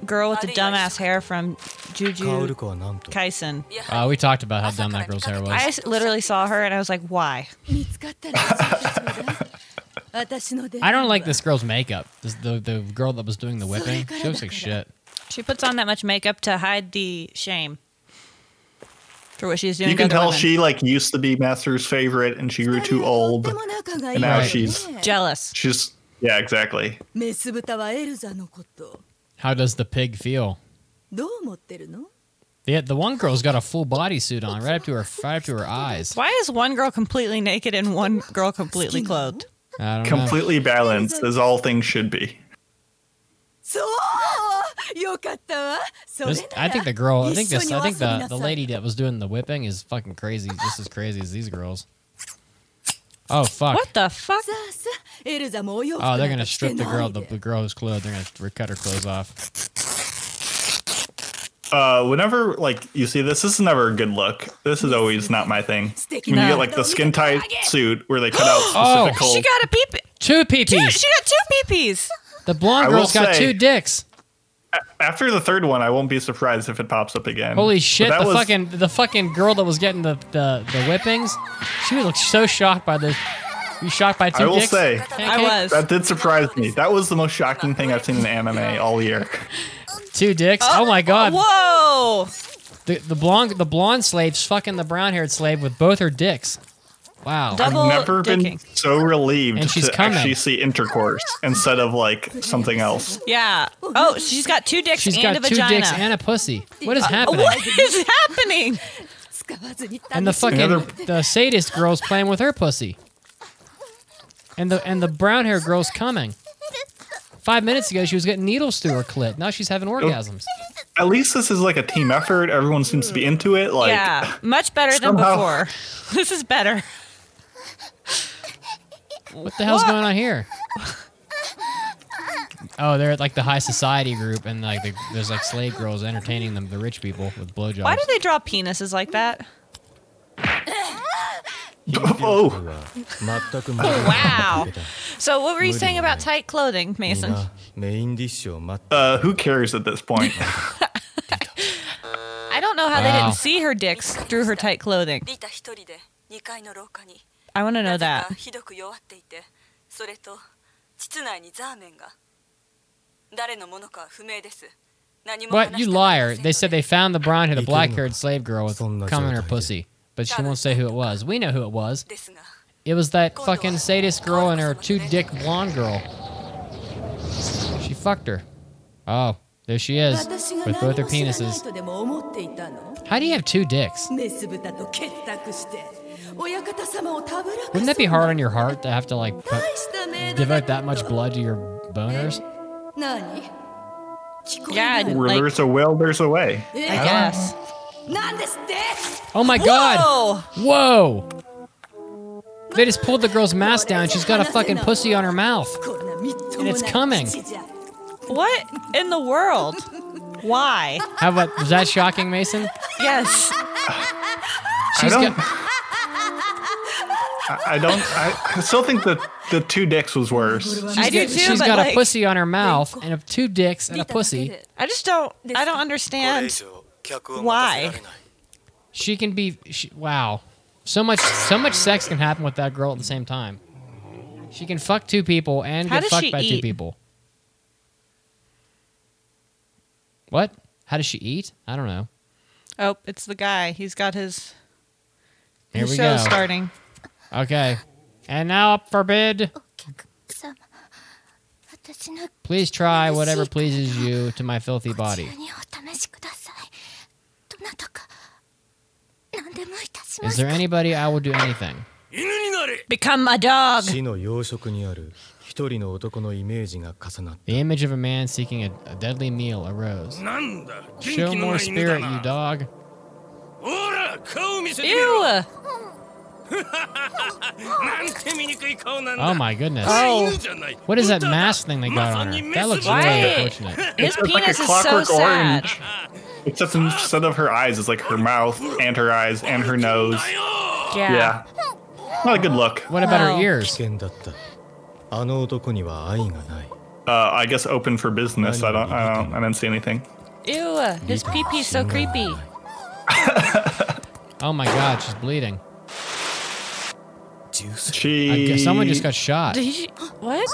Speaker 4: girl with the dumbass hair from
Speaker 5: カオル
Speaker 4: Juju
Speaker 5: コはなんと
Speaker 4: Kaisen.
Speaker 2: Uh, we talked about how dumb that girl's hair was.
Speaker 4: I s- literally saw her and I was like, why?
Speaker 6: 見つかったら教えてちょうだい私の出
Speaker 2: I
Speaker 6: 番
Speaker 2: don't like this girl's makeup. This, the the girl that was doing the whipping, she looks like shit.
Speaker 4: She puts on that much makeup to hide the shame for what she's doing.
Speaker 3: You
Speaker 4: to
Speaker 3: can
Speaker 4: other
Speaker 3: tell
Speaker 4: women.
Speaker 3: she like used to be Master's favorite, and she grew too old.
Speaker 6: とっても仲がいい
Speaker 3: And now
Speaker 6: Right.
Speaker 3: she's-
Speaker 4: jealous.
Speaker 3: She's yeah, exactly.
Speaker 2: Oh,
Speaker 6: メス豚はエルザのこと。
Speaker 2: How does the pig feel?
Speaker 6: どう思ってるの
Speaker 2: The the one girl's got a full bodysuit on, right up to her right up to her eyes.
Speaker 4: Why is one girl completely naked and one girl completely clothed?
Speaker 2: I don't know.
Speaker 3: Completely balanced as all things should be.
Speaker 6: そうよかったわそれ
Speaker 2: This,
Speaker 6: なら
Speaker 2: I think the girl. I think
Speaker 6: 一緒
Speaker 2: this.
Speaker 6: に
Speaker 2: I
Speaker 6: 遊
Speaker 2: think
Speaker 6: びな
Speaker 2: the the
Speaker 6: さい
Speaker 2: lady that was doing the whipping is fucking crazy. Just as crazy as these girls. Oh fuck!
Speaker 4: What the fuck?
Speaker 6: さあさあエルザもお洋服
Speaker 2: Oh, they're
Speaker 6: な
Speaker 2: gonna
Speaker 6: んか着て
Speaker 2: strip the
Speaker 6: ない
Speaker 2: girl. The,
Speaker 6: で
Speaker 2: the girl who's clothed. They're gonna re- cut her clothes off.
Speaker 3: Uh, whenever like you see this, this is never a good look. This is always not my thing. When you get like the skin tight suit where they cut out
Speaker 2: Oh.
Speaker 3: specific holes.
Speaker 4: She got a peep.
Speaker 2: Two
Speaker 4: Dude,
Speaker 2: peepees.
Speaker 4: she got two peepees.
Speaker 2: The blonde
Speaker 3: I will
Speaker 2: girl's got
Speaker 3: say-
Speaker 2: two dicks.
Speaker 3: After the third one, I won't be surprised if it pops up again.
Speaker 2: Holy
Speaker 3: But
Speaker 2: shit!
Speaker 3: that
Speaker 2: The
Speaker 3: was-
Speaker 2: fucking the fucking girl that was getting the the, the whippings, she looked so shocked by this. You shocked by two
Speaker 3: I will
Speaker 2: dicks?
Speaker 3: say
Speaker 4: I was.
Speaker 3: that did surprise me. That was the most shocking thing I've seen in anime all year.
Speaker 2: two dicks. Oh, my god!
Speaker 4: Whoa!
Speaker 2: The, the blonde the blonde slave's fucking the brown haired slave with both her dicks. Wow.
Speaker 4: Double
Speaker 3: Never been
Speaker 4: dicking.
Speaker 3: so relieved
Speaker 2: And she's
Speaker 3: to
Speaker 2: coming.
Speaker 3: actually see intercourse instead of like something else.
Speaker 4: Yeah. Oh, she's got two dicks
Speaker 2: She's
Speaker 4: and
Speaker 2: got
Speaker 4: a
Speaker 2: two
Speaker 4: vagina. Uh,
Speaker 2: dicks and a pussy. What is happening?
Speaker 4: what is happening?
Speaker 6: 使わずに
Speaker 2: And the
Speaker 6: 楽しむ
Speaker 2: fucking
Speaker 3: Another-
Speaker 2: the sadist girl's playing with her pussy. And the and the brown hair girl's coming. Five minutes ago she was getting needles through her clit. Now she's having orgasms.
Speaker 3: At least this is like a team effort. Everyone seems to be into it. Like
Speaker 4: yeah, much better than
Speaker 3: somehow-
Speaker 4: before. This is better.
Speaker 2: What the hell's going on here? Oh, they're at like the high society group, and like the, there's like slave girls entertaining them, the rich people with blowjobs.
Speaker 4: Why do they draw penises like that?
Speaker 3: oh,
Speaker 5: 全く 無駄なことだ
Speaker 4: So, what were you saying about tight clothing,
Speaker 5: みん
Speaker 4: Mason?
Speaker 5: なメインディッシュを待って
Speaker 3: uh, who cares at this point?
Speaker 4: I don't know how they
Speaker 2: Wow.
Speaker 4: didn't see her dicks through her tight clothing.
Speaker 6: リタ一人で2階の廊下に
Speaker 4: I want to
Speaker 6: な
Speaker 4: know
Speaker 6: ぜか
Speaker 4: that.
Speaker 6: ひどく弱っていてそれと室内にザーメンが誰のものかは不明です何も話し
Speaker 2: What
Speaker 6: てもい
Speaker 2: you
Speaker 6: ません
Speaker 2: liar!
Speaker 6: ので
Speaker 2: They said they found the brown hair, the
Speaker 5: You
Speaker 2: black
Speaker 5: didn't.
Speaker 2: haired slave girl with
Speaker 5: Some
Speaker 2: cum in her
Speaker 5: Nazarite
Speaker 2: pussy, but she won't say who it was. We know who it was.
Speaker 6: ですが
Speaker 2: It was that fucking sadist girl and her two dick blonde girl. She fucked her. Oh, there she is
Speaker 6: 私が
Speaker 2: with
Speaker 6: 何
Speaker 2: both her
Speaker 6: も知らない
Speaker 2: penises.
Speaker 6: とでも思っていたの
Speaker 2: How do you have two dicks?
Speaker 6: メス豚と結託して親方様をたぶらか
Speaker 2: Wouldn't that be hard on your heart to have to like put,
Speaker 6: 大した命
Speaker 2: devote that much blood to your boners?
Speaker 6: 何聞こ
Speaker 4: Yeah,
Speaker 6: えな
Speaker 4: I
Speaker 6: い
Speaker 4: didn't
Speaker 3: Where
Speaker 4: like-
Speaker 3: there's a will, there's a way.
Speaker 4: I guess.
Speaker 6: なんですって
Speaker 2: Oh my god!
Speaker 4: Whoa!
Speaker 2: Whoa! They just pulled the girl's mask down. She's got a fucking pussy on her mouth.
Speaker 6: こんなみっとも
Speaker 2: And it's coming.
Speaker 6: ない口じゃ
Speaker 4: What in the world? Why?
Speaker 2: How about was that shocking, Mason?
Speaker 4: Yes.
Speaker 2: She's
Speaker 3: don't-
Speaker 2: got
Speaker 3: I, I don't. I, I still think that the two dicks was worse.
Speaker 4: I do too,
Speaker 2: she's
Speaker 4: but
Speaker 2: got a
Speaker 4: like-
Speaker 2: pussy on her mouth and a, two dicks and a
Speaker 6: リタだけ
Speaker 2: pussy.
Speaker 6: で
Speaker 4: I just don't. I don't understand.
Speaker 5: 客
Speaker 4: を待たせら れ
Speaker 2: She can be she, wow. So much so much sex can happen with that girl at the same time. She can fuck two people and
Speaker 4: How
Speaker 2: get
Speaker 4: does
Speaker 2: fucked
Speaker 4: she
Speaker 2: by two
Speaker 4: eat?
Speaker 2: people. What? How does she eat? I don't know.
Speaker 4: Oh, it's the guy. He's got his,
Speaker 2: Here
Speaker 4: his
Speaker 2: we
Speaker 4: show
Speaker 2: go.
Speaker 4: starting.
Speaker 2: Okay. And now up for bid.
Speaker 9: お客様私の
Speaker 2: Please try whatever pleases you to my filthy
Speaker 9: こち
Speaker 2: body.
Speaker 9: らにお試しくださいどなたか何でもいたしま
Speaker 2: Is
Speaker 9: す
Speaker 2: there
Speaker 9: か
Speaker 2: anybody I will do anything?
Speaker 4: Become my dog.
Speaker 5: 死の養殖にある一人の男のイメージが重なって
Speaker 2: The image of a man seeking a, a deadly meal arose.
Speaker 10: なんだ
Speaker 2: Show more spirit, you dog.
Speaker 10: ほら顔見せてみろ
Speaker 4: Ew.
Speaker 10: なんて醜い顔なんだ
Speaker 2: Oh my goodness.
Speaker 10: 犬じゃない
Speaker 2: What is that
Speaker 10: 豚だ
Speaker 2: mask thing they
Speaker 10: ま
Speaker 2: got
Speaker 10: さ
Speaker 2: on
Speaker 10: に
Speaker 2: her?
Speaker 10: メ
Speaker 2: That
Speaker 10: ス
Speaker 2: looks
Speaker 10: 豚
Speaker 2: really
Speaker 4: Why?
Speaker 2: unfortunate.
Speaker 4: His
Speaker 3: like a
Speaker 4: penis is so
Speaker 3: clockwork
Speaker 4: sad.
Speaker 3: orange. Except instead of her eyes, it's like her mouth and her eyes and her nose.
Speaker 10: だよ
Speaker 4: Yeah.
Speaker 3: Yeah. Not a good look.
Speaker 2: What about
Speaker 4: Wow.
Speaker 2: her ears?
Speaker 5: 危険だったあの男には愛がない
Speaker 3: Uh, I guess open for business. I don't. I don't. I didn't see anything.
Speaker 4: Ew, his pee pee's so creepy.
Speaker 2: Oh my god, she's bleeding.
Speaker 5: ジュース
Speaker 2: I
Speaker 3: She.
Speaker 2: guess someone just got shot.
Speaker 4: Did he? What?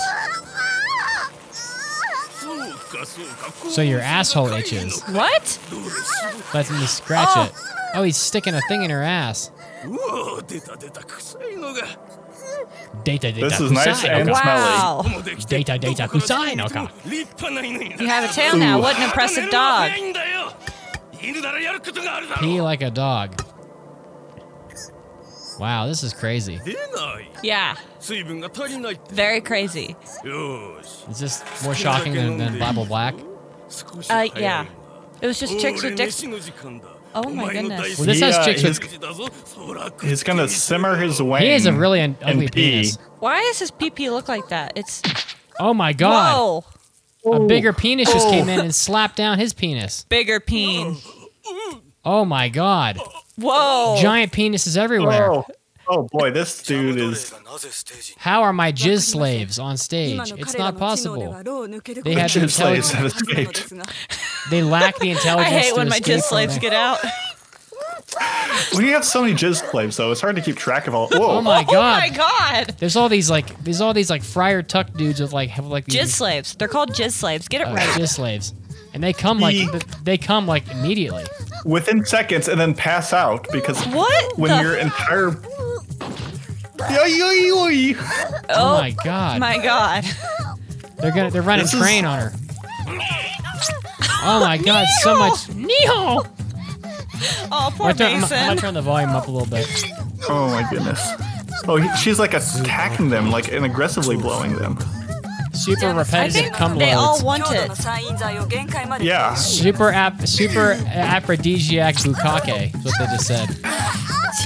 Speaker 2: そうか、そうか。So your asshole itches.
Speaker 4: What?
Speaker 2: Let me scratch it. Oh, he's sticking a thing in her ass.
Speaker 10: うお出た出た臭いのが
Speaker 2: Data, data,
Speaker 3: This is nice
Speaker 2: kusai no
Speaker 3: and
Speaker 2: ka.
Speaker 3: smelly.
Speaker 4: Wow.
Speaker 10: もうできて
Speaker 2: Data, data,
Speaker 10: どこから
Speaker 2: kusai no ka.
Speaker 10: 立派な犬にな
Speaker 4: You have a tail now. What an impressive dog.
Speaker 10: いんだよ犬ならやることがあるだろ
Speaker 2: Pee like a dog. Wow, this is crazy.
Speaker 10: 出ない
Speaker 4: Yeah,
Speaker 10: 水分が足りないって
Speaker 4: very crazy.
Speaker 10: よーし
Speaker 2: Is this more shocking than, than Bible Black?
Speaker 10: 少し
Speaker 4: Uh,
Speaker 10: 早い
Speaker 4: yeah. It was just chicks
Speaker 10: 俺
Speaker 4: with dicks.
Speaker 10: 飯の時間だ
Speaker 4: Oh my
Speaker 10: お前の大
Speaker 4: goodness.
Speaker 10: 好
Speaker 2: Well, this
Speaker 3: He,
Speaker 2: has
Speaker 3: uh,
Speaker 2: chicks
Speaker 3: his-
Speaker 2: with.
Speaker 10: きだぞそらく
Speaker 3: He's gonna simmer his wang.
Speaker 2: He has a really un-
Speaker 3: and
Speaker 2: ugly
Speaker 3: pee.
Speaker 2: penis.
Speaker 4: Why does his pee pee look like that? It's
Speaker 2: Oh my god.
Speaker 4: whoa,
Speaker 2: A bigger penis just came in and slapped down his penis.
Speaker 4: bigger peen.
Speaker 2: Oh my god.
Speaker 4: Whoa.
Speaker 2: Giant penises everywhere.
Speaker 3: Oh, oh boy, this dude is.
Speaker 5: なぜステージに
Speaker 2: How are my jizz slaves on stage?
Speaker 6: 今の
Speaker 2: It's
Speaker 6: 彼ら
Speaker 2: not
Speaker 6: の知能では
Speaker 2: possible.
Speaker 6: 牢を抜ける
Speaker 2: They have
Speaker 6: こと
Speaker 2: the
Speaker 3: Jizz
Speaker 6: が
Speaker 3: slaves
Speaker 6: 可能
Speaker 3: have
Speaker 6: なはずなの
Speaker 3: escaped.
Speaker 6: です が
Speaker 2: They lack the
Speaker 4: I
Speaker 2: intelligence.
Speaker 4: hate
Speaker 2: to
Speaker 4: when my jizz
Speaker 2: escape from
Speaker 4: slaves
Speaker 2: that.
Speaker 4: get out.
Speaker 3: When you have so many jizz slaves, though, it's hard to keep track of all. Whoa.
Speaker 2: Oh my
Speaker 4: Oh my
Speaker 2: god.
Speaker 4: god.
Speaker 2: There's all these like there's all these like Friar Tuck dudes with like have like these
Speaker 4: Jizz slaves. They're called jizz slaves. Get it
Speaker 2: uh,
Speaker 4: right.
Speaker 2: jizz slaves, and they come like
Speaker 3: Eek.
Speaker 2: they come like immediately.
Speaker 3: Within seconds, and then pass out because
Speaker 4: What
Speaker 3: when
Speaker 4: the-
Speaker 3: your entire. Yoy, yoy, yoy.
Speaker 2: Oh, my god.
Speaker 4: My god.
Speaker 2: They're gonna they're running
Speaker 3: This is-
Speaker 2: train on her. Oh my god, so much Neil.
Speaker 4: Oh, poor
Speaker 2: I'm gonna turn- I'm
Speaker 4: Mason.
Speaker 2: gonna turn the volume up a little bit.
Speaker 3: Oh my goodness. Oh, he, she's like attacking them, like and aggressively blowing them.
Speaker 2: Super repetitive cum
Speaker 4: They all
Speaker 2: loads.
Speaker 4: want
Speaker 6: 強度
Speaker 4: it.
Speaker 6: の散逸剤を限界まで
Speaker 3: Yeah.
Speaker 2: Super ap- super aphrodisiac bukake. That's what they just said.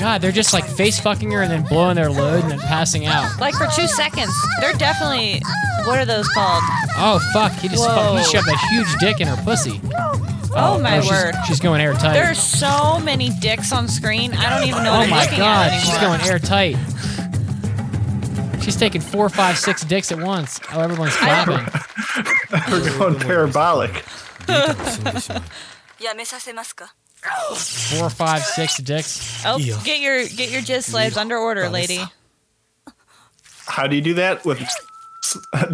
Speaker 2: God, they're just like face fucking her and then blowing their load and then passing out.
Speaker 4: Like for two seconds. They're definitely. What are those called?
Speaker 2: Oh fuck! He just
Speaker 4: Whoa.
Speaker 2: fuck, he shoved a huge dick in her pussy.
Speaker 4: Oh, my
Speaker 2: she's,
Speaker 4: word.
Speaker 2: She's going airtight.
Speaker 4: There are so many dicks on screen. I don't even know what
Speaker 2: oh
Speaker 4: I'm
Speaker 2: my
Speaker 4: looking
Speaker 2: god,
Speaker 4: at anymore.
Speaker 2: she's going airtight. She's taking four, five, six dicks at once. Oh, everyone's clapping.
Speaker 3: We're going parabolic.
Speaker 5: データを死んでしまう
Speaker 6: やめさせますか
Speaker 2: Four, five, six dicks.
Speaker 4: Oh,
Speaker 5: Yeah.
Speaker 4: get your get your jizz slaves under order, lady.
Speaker 3: How do you do that with s-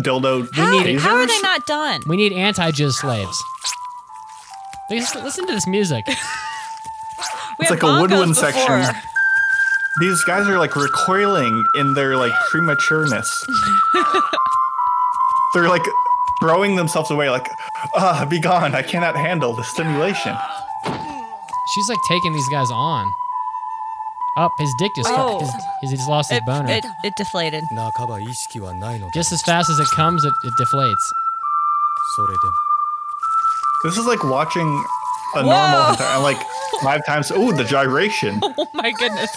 Speaker 3: dildo?
Speaker 4: How,
Speaker 2: need
Speaker 4: how are
Speaker 3: tasers?
Speaker 4: they not done?
Speaker 2: We need anti-jizz slaves. They just- Listen to this music.
Speaker 4: We had
Speaker 3: It's like a
Speaker 4: bongos
Speaker 3: woodwind
Speaker 4: before.
Speaker 3: section. These guys are like recoiling in their like prematureness. They're like throwing themselves away, like, ah, be gone. I cannot handle the stimulation.
Speaker 2: She's like taking these guys on. Up, his dick just
Speaker 4: Oh.
Speaker 2: his, his, he just lost his
Speaker 4: It,
Speaker 2: boner.
Speaker 4: it, it deflated.
Speaker 5: 半ば意識はないのだ
Speaker 2: just as fast as it comes, it, it deflates.
Speaker 5: それでも
Speaker 3: This is like watching a normal
Speaker 4: Whoa.
Speaker 3: hentai. I'm like five times. Ooh, the gyration.
Speaker 4: Oh my goodness.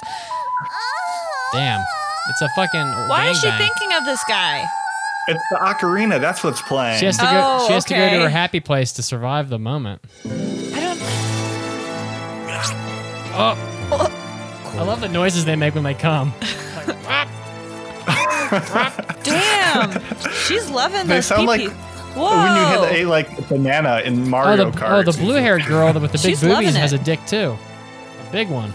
Speaker 2: Damn, it's a fucking.
Speaker 4: Why is she
Speaker 2: gangbang.
Speaker 4: thinking of this guy?
Speaker 3: It's the ocarina. That's what's playing.
Speaker 2: She has to go.
Speaker 4: Oh,
Speaker 2: she has to go
Speaker 4: okay.
Speaker 2: to her happy place to survive the moment.
Speaker 4: I don't.
Speaker 2: I love the noises they make when they come.
Speaker 4: Damn. She's loving
Speaker 3: They
Speaker 4: those
Speaker 3: sound like-
Speaker 4: pee-pee.
Speaker 3: when you
Speaker 4: Whoa.
Speaker 3: hit a like banana in
Speaker 2: Oh,
Speaker 3: Mario
Speaker 2: the, oh,
Speaker 3: Kart.
Speaker 2: the blue-haired girl with the big
Speaker 4: She's loving
Speaker 2: boobies has a
Speaker 4: it.
Speaker 2: dick too, a big one,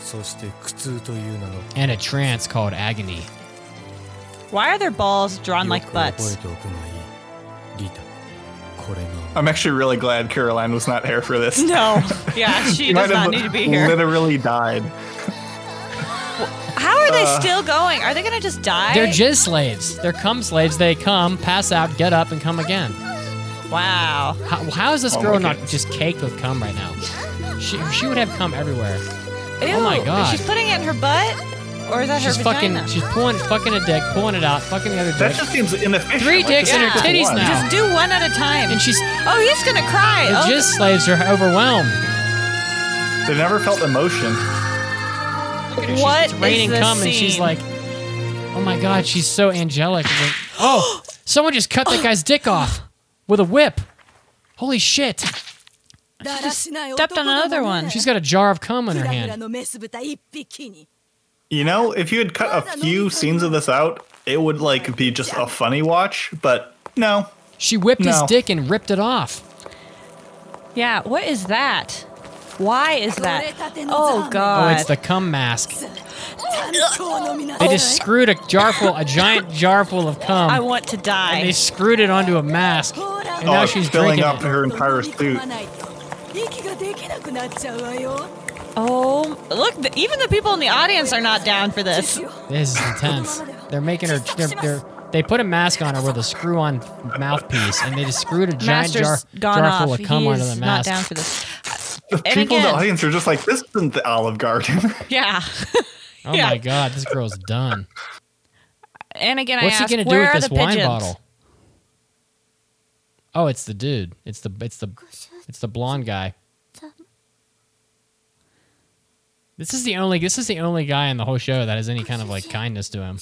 Speaker 5: そして苦痛という名の
Speaker 2: and a trance called agony.
Speaker 4: Why are their balls drawn
Speaker 5: 記憶
Speaker 4: like
Speaker 5: を覚えて
Speaker 4: butts?
Speaker 5: おくがいいリタこれが
Speaker 3: I'm actually really glad Caroline was not here for this.
Speaker 4: No. Yeah, she does not need to be here.
Speaker 3: literally died.
Speaker 4: How are they
Speaker 3: Uh,
Speaker 4: still going? Are they gonna just die?
Speaker 2: They're jizz slaves. They're cum slaves. They come, pass out, get up, and come again.
Speaker 4: wow.
Speaker 2: How, how is this
Speaker 3: Oh,
Speaker 2: girl
Speaker 3: my
Speaker 2: not
Speaker 3: goodness.
Speaker 2: just caked with cum right now? She, she would have cum everywhere.
Speaker 4: Ew.
Speaker 2: Oh my God.
Speaker 4: She's putting it in her butt, or is that
Speaker 2: She's
Speaker 4: her
Speaker 2: fucking.
Speaker 4: vagina?
Speaker 2: She's pulling, fucking a dick, pulling it out, fucking the other dick.
Speaker 3: That just seems inefficient.
Speaker 2: Three
Speaker 3: Like,
Speaker 2: dicks
Speaker 3: just
Speaker 2: in her
Speaker 3: stick to
Speaker 2: titties
Speaker 3: one.
Speaker 2: now.
Speaker 4: Just do one at a time.
Speaker 2: and she's
Speaker 4: oh, he's gonna cry.
Speaker 2: the
Speaker 4: Oh,
Speaker 2: jizz slaves are overwhelmed.
Speaker 3: They never felt emotion.
Speaker 4: what
Speaker 2: it's
Speaker 4: is
Speaker 2: raining
Speaker 4: this
Speaker 2: cum,
Speaker 4: scene?
Speaker 2: and she's like, "Oh my god, she's so angelic." And then- oh, someone just cut that guy's dick off with a whip. Holy shit!
Speaker 4: stepped on another one.
Speaker 2: She's got a jar of cum in her
Speaker 9: フラフラ
Speaker 2: hand.
Speaker 9: のメス豚一匹に
Speaker 3: You know, if you had cut a few scenes of this out, it would like be just a funny watch, but no.
Speaker 2: She whipped his
Speaker 3: No.
Speaker 2: dick and ripped it off.
Speaker 4: Yeah, what is that? Why is that? Oh
Speaker 2: Oh,
Speaker 4: god.
Speaker 2: it's the cum mask.
Speaker 9: 長の皆
Speaker 2: They just screwed a jar full, a giant jar full of cum,
Speaker 4: I want to die.
Speaker 2: and they screwed it onto a mask. And now
Speaker 3: oh,
Speaker 2: she's
Speaker 3: she's filling
Speaker 2: drinking
Speaker 3: up
Speaker 2: it.
Speaker 3: her entire suit.
Speaker 9: 息ができなくなっちゃうわよ
Speaker 4: Oh, look, the, even the people in the audience are not down for this.
Speaker 2: This is intense. They're making her. They're, they're, they put a mask on her with a screw-on mouthpiece, and they just screwed a giant jar,
Speaker 4: Master's gone
Speaker 2: jar
Speaker 4: off.
Speaker 2: full of cum
Speaker 4: He's
Speaker 2: onto the
Speaker 4: not
Speaker 2: mask.
Speaker 4: down for this.
Speaker 3: The
Speaker 4: And
Speaker 3: people in the
Speaker 4: again-
Speaker 3: audience are just like, this isn't the Olive Garden.
Speaker 4: Yeah.
Speaker 2: oh
Speaker 4: Yeah.
Speaker 2: my god, this girl's done.
Speaker 4: And again,
Speaker 2: What's
Speaker 4: I
Speaker 2: he
Speaker 4: ask,
Speaker 2: gonna do
Speaker 4: where
Speaker 2: with
Speaker 4: are
Speaker 2: this
Speaker 4: the
Speaker 2: wine
Speaker 4: pigeons?
Speaker 2: bottle? Oh, it's the dude. It's the it's the it's the blonde guy. This is the only this is the only guy in the whole show that has any kind of like kindness to him.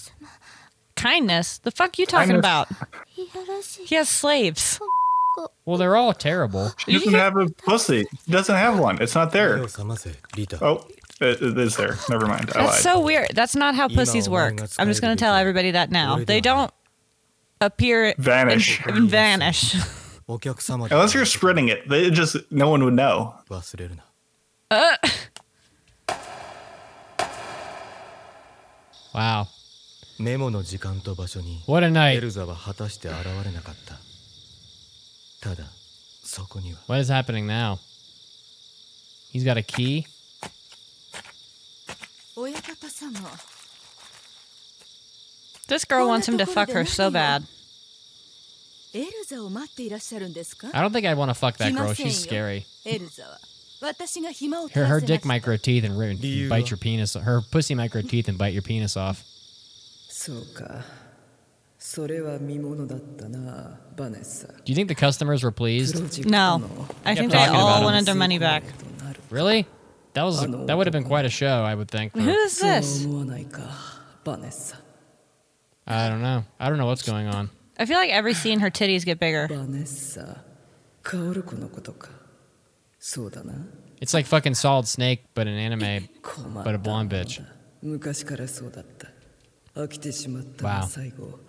Speaker 4: Kindness. The fuck you talking
Speaker 3: Kindness.
Speaker 4: about?
Speaker 9: いやらしい
Speaker 4: He has slaves.
Speaker 2: Well, they're all terrible.
Speaker 3: She doesn't have a pussy. She doesn't have one. It's not
Speaker 5: 目を
Speaker 3: there.
Speaker 5: 覚ませリータ
Speaker 3: Oh, it, it is there. Never mind. I lied.
Speaker 4: That's so weird. That's not how pussies work. I'm just gonna tell everybody that now. They don't appear
Speaker 3: Vanish.
Speaker 4: and, and vanish.
Speaker 5: お客様だ
Speaker 3: Unless you're spreading it, they just no one would know.
Speaker 5: 忘れるな
Speaker 2: Wow,
Speaker 5: メモの時間と場所に
Speaker 2: what a
Speaker 5: エ
Speaker 2: night!
Speaker 5: ルザは果たして現れなかったただそこには
Speaker 2: What is happening now? He's got a key.
Speaker 9: 親方様
Speaker 4: This girl wants him to fuck her so bad.
Speaker 9: エルザを待っていらっしゃるんですか
Speaker 2: I don't think I want to fuck that girl. She's
Speaker 9: 来ませんよ。
Speaker 2: scary.
Speaker 9: エルザは私が暇を
Speaker 2: Her her
Speaker 9: 取ら
Speaker 2: dick
Speaker 9: せました
Speaker 2: micro teeth and root
Speaker 5: you-
Speaker 2: bite your penis. Her pussy micro teeth and bite your penis off.
Speaker 11: そうかそれは見ものだったなバネッサ
Speaker 2: Do you think the customers were pleased?
Speaker 11: プロジェクト
Speaker 4: No,
Speaker 11: の
Speaker 4: I
Speaker 2: Kept
Speaker 4: think they
Speaker 2: talking about
Speaker 4: all
Speaker 2: him.
Speaker 4: wanted their money back.
Speaker 11: となる
Speaker 2: Really? That was that would have been quite a show, I would think. for-
Speaker 4: Who is
Speaker 11: そう
Speaker 4: this?
Speaker 11: 思わないかバネッサ
Speaker 2: I don't know. I don't know what's going on.
Speaker 4: I feel like every scene her titties get bigger.
Speaker 11: バネッサカオルコのことかそうだな
Speaker 2: It's like fucking Solid Snake, but an anime.
Speaker 11: 困った
Speaker 2: But a blonde bitch.
Speaker 11: 昔からそうだった飽きてしまったな
Speaker 2: Wow.
Speaker 11: 最後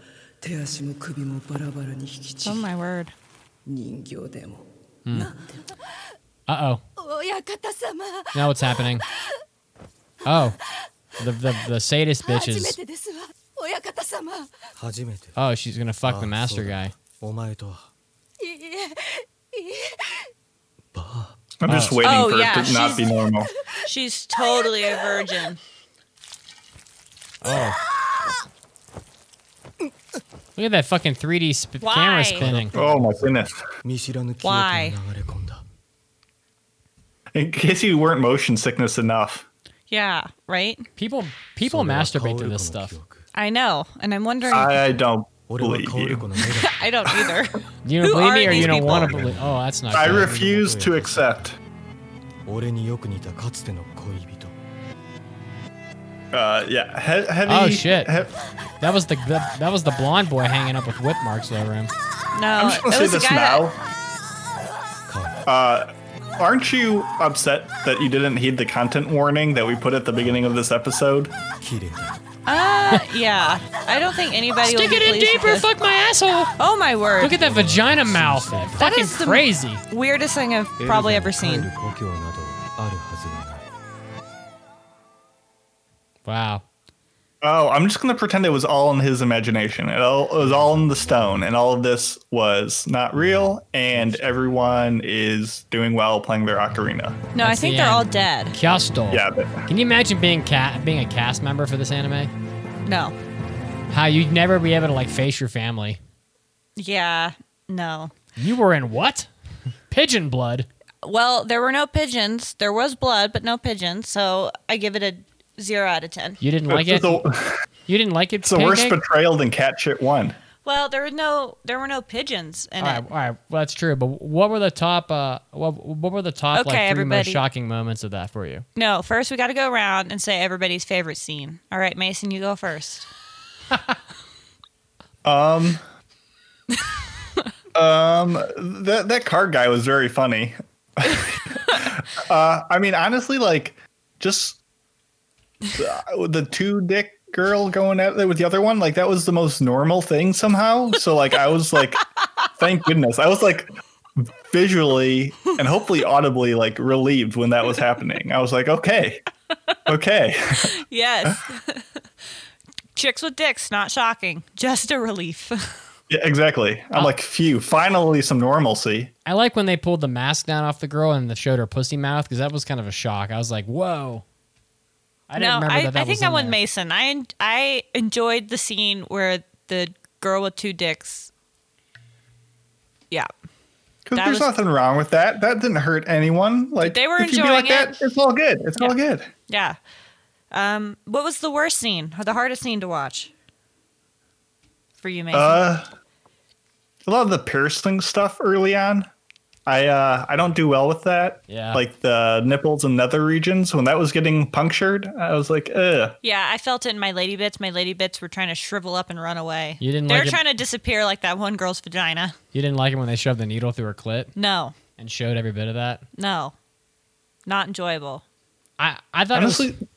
Speaker 11: 手足も首もバラバラに引きち
Speaker 4: Oh my word.
Speaker 11: 人形でも
Speaker 2: Uh oh.
Speaker 9: 親方様
Speaker 2: Now what's happening? Oh, the the, the sadist
Speaker 9: 初め
Speaker 2: bitches.
Speaker 9: てですわ親方様い
Speaker 5: 初めて
Speaker 2: Oh, she's gonna fuck the
Speaker 5: あ
Speaker 2: master
Speaker 5: そうだ
Speaker 2: guy.
Speaker 5: お前とは
Speaker 9: いえ
Speaker 3: I'm just waiting
Speaker 4: Oh,
Speaker 3: for
Speaker 4: yeah,
Speaker 3: it to not be
Speaker 4: she's-
Speaker 3: normal.
Speaker 4: She's totally a virgin.
Speaker 2: Look at that fucking 3D sp-
Speaker 4: Why?
Speaker 2: camera spinning.
Speaker 3: Oh my goodness.
Speaker 5: 見知らぬ記憶が
Speaker 4: Why?
Speaker 5: 流れ込んだ
Speaker 3: In case you weren't motion sickness enough,
Speaker 4: Yeah, right?
Speaker 2: People people
Speaker 5: それは
Speaker 2: masturbate to
Speaker 5: 薫子の
Speaker 2: this stuff.
Speaker 5: 記憶
Speaker 4: I know. And I'm wondering.
Speaker 3: I don't
Speaker 5: 俺は
Speaker 3: believe
Speaker 5: カオル
Speaker 3: you.
Speaker 5: コ の目だ
Speaker 4: I don't either.
Speaker 2: You don't
Speaker 4: Who
Speaker 2: believe me,
Speaker 4: are
Speaker 2: or you
Speaker 4: these
Speaker 2: don't want to
Speaker 4: people?
Speaker 2: believe. Oh, that's not.
Speaker 3: I
Speaker 2: good.
Speaker 3: refuse to accept.
Speaker 5: 俺によく似たかつての恋人
Speaker 3: Uh, yeah, he- heavy.
Speaker 2: Oh, shit.
Speaker 3: he-
Speaker 2: That was the that, that was the blonde boy hanging up with whip marks over him.
Speaker 4: No,
Speaker 3: I'm just gonna
Speaker 4: it
Speaker 3: say
Speaker 4: was the
Speaker 3: this
Speaker 4: guy
Speaker 3: now.
Speaker 4: that.
Speaker 3: Uh, aren't you upset that you didn't heed the content warning that we put at the beginning of this episode?
Speaker 5: 綺麗だ
Speaker 4: Uh, yeah. I don't think anybody
Speaker 2: Stick
Speaker 4: will
Speaker 2: it
Speaker 4: be
Speaker 2: in
Speaker 4: pleased with
Speaker 2: deeper,
Speaker 4: this.
Speaker 2: fuck my asshole.
Speaker 4: Oh my word.
Speaker 2: Look at that vagina mouth. Fucking
Speaker 4: is the-
Speaker 2: crazy.
Speaker 4: Weirdest thing I've probably ever seen.
Speaker 5: エルザの帰る故郷などあるはずがない
Speaker 2: Wow.
Speaker 3: Oh, I'm just gonna pretend it was all in his imagination. It, all, it was all in the stone, and all of this was not real. And everyone is doing well playing their ocarina.
Speaker 4: No, I
Speaker 2: That's
Speaker 4: think
Speaker 2: the
Speaker 4: they're all
Speaker 2: end.
Speaker 4: dead.
Speaker 2: Kyosto.
Speaker 3: Yeah, but
Speaker 2: Can you imagine being cat being a cast member for this anime?
Speaker 4: No.
Speaker 2: How you'd never be able to like face your family.
Speaker 4: Yeah. No.
Speaker 2: You were in what? Pigeon blood.
Speaker 4: Well, there were no pigeons. There was blood, but no pigeons. So I give it a zero out of 10.
Speaker 2: You didn't like
Speaker 3: it's
Speaker 2: it.
Speaker 3: Uh, the,
Speaker 2: You didn't like it.
Speaker 3: it's the worst
Speaker 2: Pancake?
Speaker 3: betrayal than cat shit one.
Speaker 4: Well, there were no, there were no pigeons in
Speaker 2: All right,
Speaker 4: it.
Speaker 2: all right. Well, that's true. But what were the top? Uh, what, what were the top like
Speaker 4: Okay,
Speaker 2: three most
Speaker 4: everybody.
Speaker 2: shocking moments of that for you?
Speaker 4: No, first we got to go around and say everybody's favorite scene. All right, Mason, you go first.
Speaker 3: That that car guy was very funny. uh, I mean, honestly, like just the, the two dick girl going at it with the other one, like that was the most normal thing somehow. So like I was like, thank goodness. I was like visually and hopefully audibly like relieved when that was happening. I was like, okay, okay.
Speaker 4: Yes. Chicks with dicks, not shocking. Just a relief.
Speaker 3: Yeah, exactly. I'm like, phew, finally some normalcy.
Speaker 2: I like when they pulled the mask down off the girl and they showed her pussy mouth because that was kind of a shock. I was like, whoa. I didn't
Speaker 4: no,
Speaker 2: remember
Speaker 4: I,
Speaker 2: that that
Speaker 4: I think
Speaker 2: was
Speaker 4: I
Speaker 2: in
Speaker 4: went
Speaker 2: there.
Speaker 4: Mason. I en- I enjoyed the scene where the girl with two dicks. Yeah,
Speaker 3: Because
Speaker 4: That
Speaker 3: there's
Speaker 4: was-
Speaker 3: nothing wrong with that. That didn't hurt anyone. Like
Speaker 4: They were
Speaker 3: if you be
Speaker 4: enjoying
Speaker 3: like that, it's all good. It's all good.
Speaker 4: yeah. Um, what was the worst scene? or The hardest scene to watch for you, Mason?
Speaker 3: Uh, a lot of the piercing stuff early on. I uh, I don't do well with that.
Speaker 2: Yeah.
Speaker 3: Like the nipples and nether regions. When that was getting punctured, I was like, ugh.
Speaker 4: yeah, I felt it in my lady bits. My lady bits were trying to shrivel up and run away.
Speaker 2: You didn't
Speaker 4: They
Speaker 2: like
Speaker 4: were
Speaker 2: it-
Speaker 4: trying to disappear like that one girl's vagina.
Speaker 2: You didn't like it when they shoved the needle through her clit
Speaker 4: No,
Speaker 2: and showed every bit of that.
Speaker 4: no, not enjoyable.
Speaker 2: I, I thought
Speaker 3: Honestly,
Speaker 2: it was,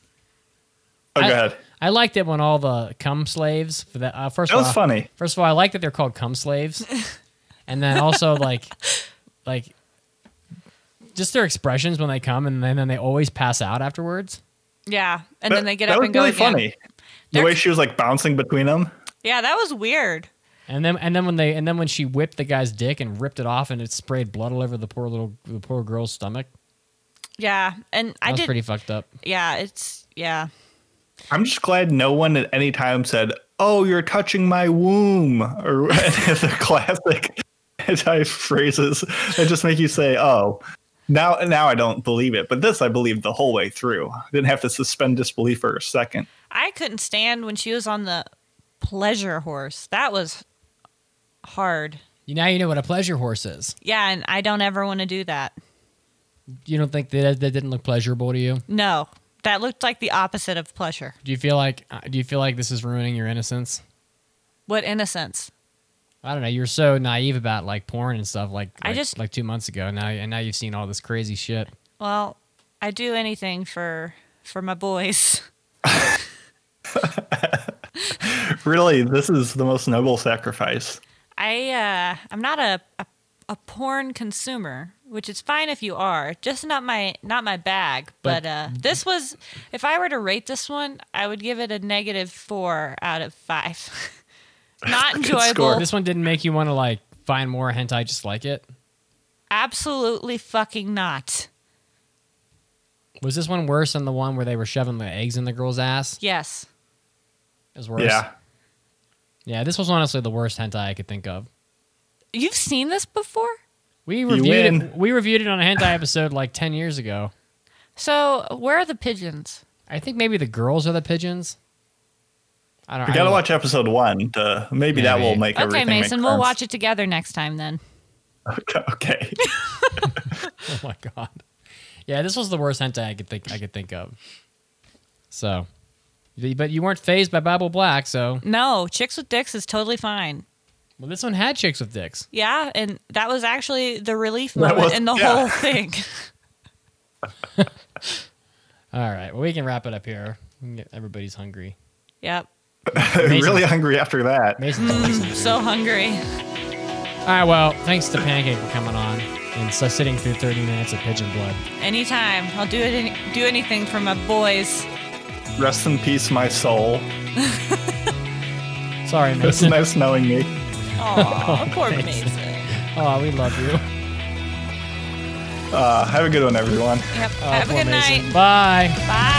Speaker 3: oh,
Speaker 2: I-
Speaker 3: go ahead.
Speaker 2: I liked it when all the cum slaves for that. Uh, first
Speaker 3: That
Speaker 2: of
Speaker 3: was
Speaker 2: all,
Speaker 3: funny.
Speaker 2: First of all, I like that they're called cum slaves, and then also like, like, just their expressions when they come, and then, then they always pass out afterwards.
Speaker 4: Yeah, and
Speaker 3: That-
Speaker 4: then they get
Speaker 3: that
Speaker 4: up
Speaker 3: was
Speaker 4: and go
Speaker 3: really
Speaker 4: again.
Speaker 3: funny. The
Speaker 4: They're-
Speaker 3: way she was like bouncing between them.
Speaker 4: Yeah, that was weird.
Speaker 2: And then and then when they and then when she whipped the guy's dick and ripped it off, and it sprayed blood all over the poor little the poor girl's stomach.
Speaker 4: Yeah, and
Speaker 2: That
Speaker 4: I
Speaker 2: was
Speaker 4: did.
Speaker 2: pretty fucked up.
Speaker 4: Yeah, it's yeah.
Speaker 3: I'm just glad no one at any time said, "Oh, you're touching my womb," or the classic anti phrases that just make you say, "Oh." Now, now I don't believe it, but this I believed the whole way through. I didn't have to suspend disbelief for a second.
Speaker 4: I couldn't stand when she was on the pleasure horse. That was hard.
Speaker 2: You now you know what a pleasure horse is.
Speaker 4: Yeah, and I don't ever want to do that.
Speaker 2: You don't think that that didn't look pleasurable to you?
Speaker 4: No, that looked like the opposite of pleasure.
Speaker 2: Do you feel like uh, do you feel like this is ruining your innocence?
Speaker 4: What innocence?
Speaker 2: I don't know. You're so naive about like porn and stuff. Like,
Speaker 4: I
Speaker 2: like-
Speaker 4: just-
Speaker 2: like two months ago. Now and now you've seen all this crazy shit.
Speaker 4: Well, I do anything for for my boys.
Speaker 3: Really, this is the most noble sacrifice.
Speaker 4: I uh, I'm not a, a a porn consumer, which is fine if you are, just not my not my bag. But,
Speaker 2: But-
Speaker 4: uh, this was, if I were to rate this one, I would give it a negative four out of five. not enjoyable.
Speaker 2: This one didn't make you want to like find more hentai just like it.
Speaker 4: Absolutely fucking not.
Speaker 2: Was this one worse than the one where they were shoving the eggs in the girl's ass?
Speaker 4: Yes.
Speaker 2: It was worse.
Speaker 3: Yeah,
Speaker 2: Yeah, This was honestly the worst hentai I could think of.
Speaker 4: You've seen this before?
Speaker 2: We reviewed
Speaker 3: win.
Speaker 2: it. We reviewed it on a hentai episode like ten years ago.
Speaker 4: So where are the pigeons?
Speaker 2: I think maybe the girls are the pigeons. I don't.
Speaker 3: we
Speaker 2: I
Speaker 3: gotta
Speaker 2: don't-
Speaker 3: watch episode one. To, maybe that will
Speaker 2: Maybe.
Speaker 3: make
Speaker 4: Okay,
Speaker 3: everything make
Speaker 4: Mason, we'll
Speaker 3: sense.
Speaker 4: watch it together next time then.
Speaker 3: Okay,
Speaker 2: Oh my god. Yeah, this was the worst hentai I could think I could think of. So, but you weren't phased by Bible Black, so
Speaker 4: No, chicks with dicks is totally fine.
Speaker 2: well, this one had chicks with dicks.
Speaker 4: Yeah, and that was actually the relief
Speaker 3: That
Speaker 4: moment
Speaker 3: was-
Speaker 4: in the
Speaker 3: yeah.
Speaker 4: whole thing.
Speaker 2: All right, well, we can wrap it up here. We can get- Everybody's hungry.
Speaker 4: Yep.
Speaker 2: Amazing.
Speaker 3: really hungry after that.
Speaker 2: Mason's always hungry.
Speaker 4: So hungry.
Speaker 2: All right, well, thanks to Pancake for coming on and so sitting through 30 minutes of pigeon blood.
Speaker 4: Anytime. I'll do it any, do anything for my boys.
Speaker 3: Rest in peace, my soul.
Speaker 2: Sorry,
Speaker 3: It's
Speaker 2: Mason.
Speaker 3: nice knowing me.
Speaker 4: Aw, poor
Speaker 2: thanks.
Speaker 4: Mason.
Speaker 2: Oh, we love you.
Speaker 3: Uh, have a good one, everyone.
Speaker 4: Yep.
Speaker 2: Oh,
Speaker 4: Have a
Speaker 2: poor
Speaker 4: good
Speaker 2: Mason.
Speaker 4: night.
Speaker 2: Bye.
Speaker 4: Bye.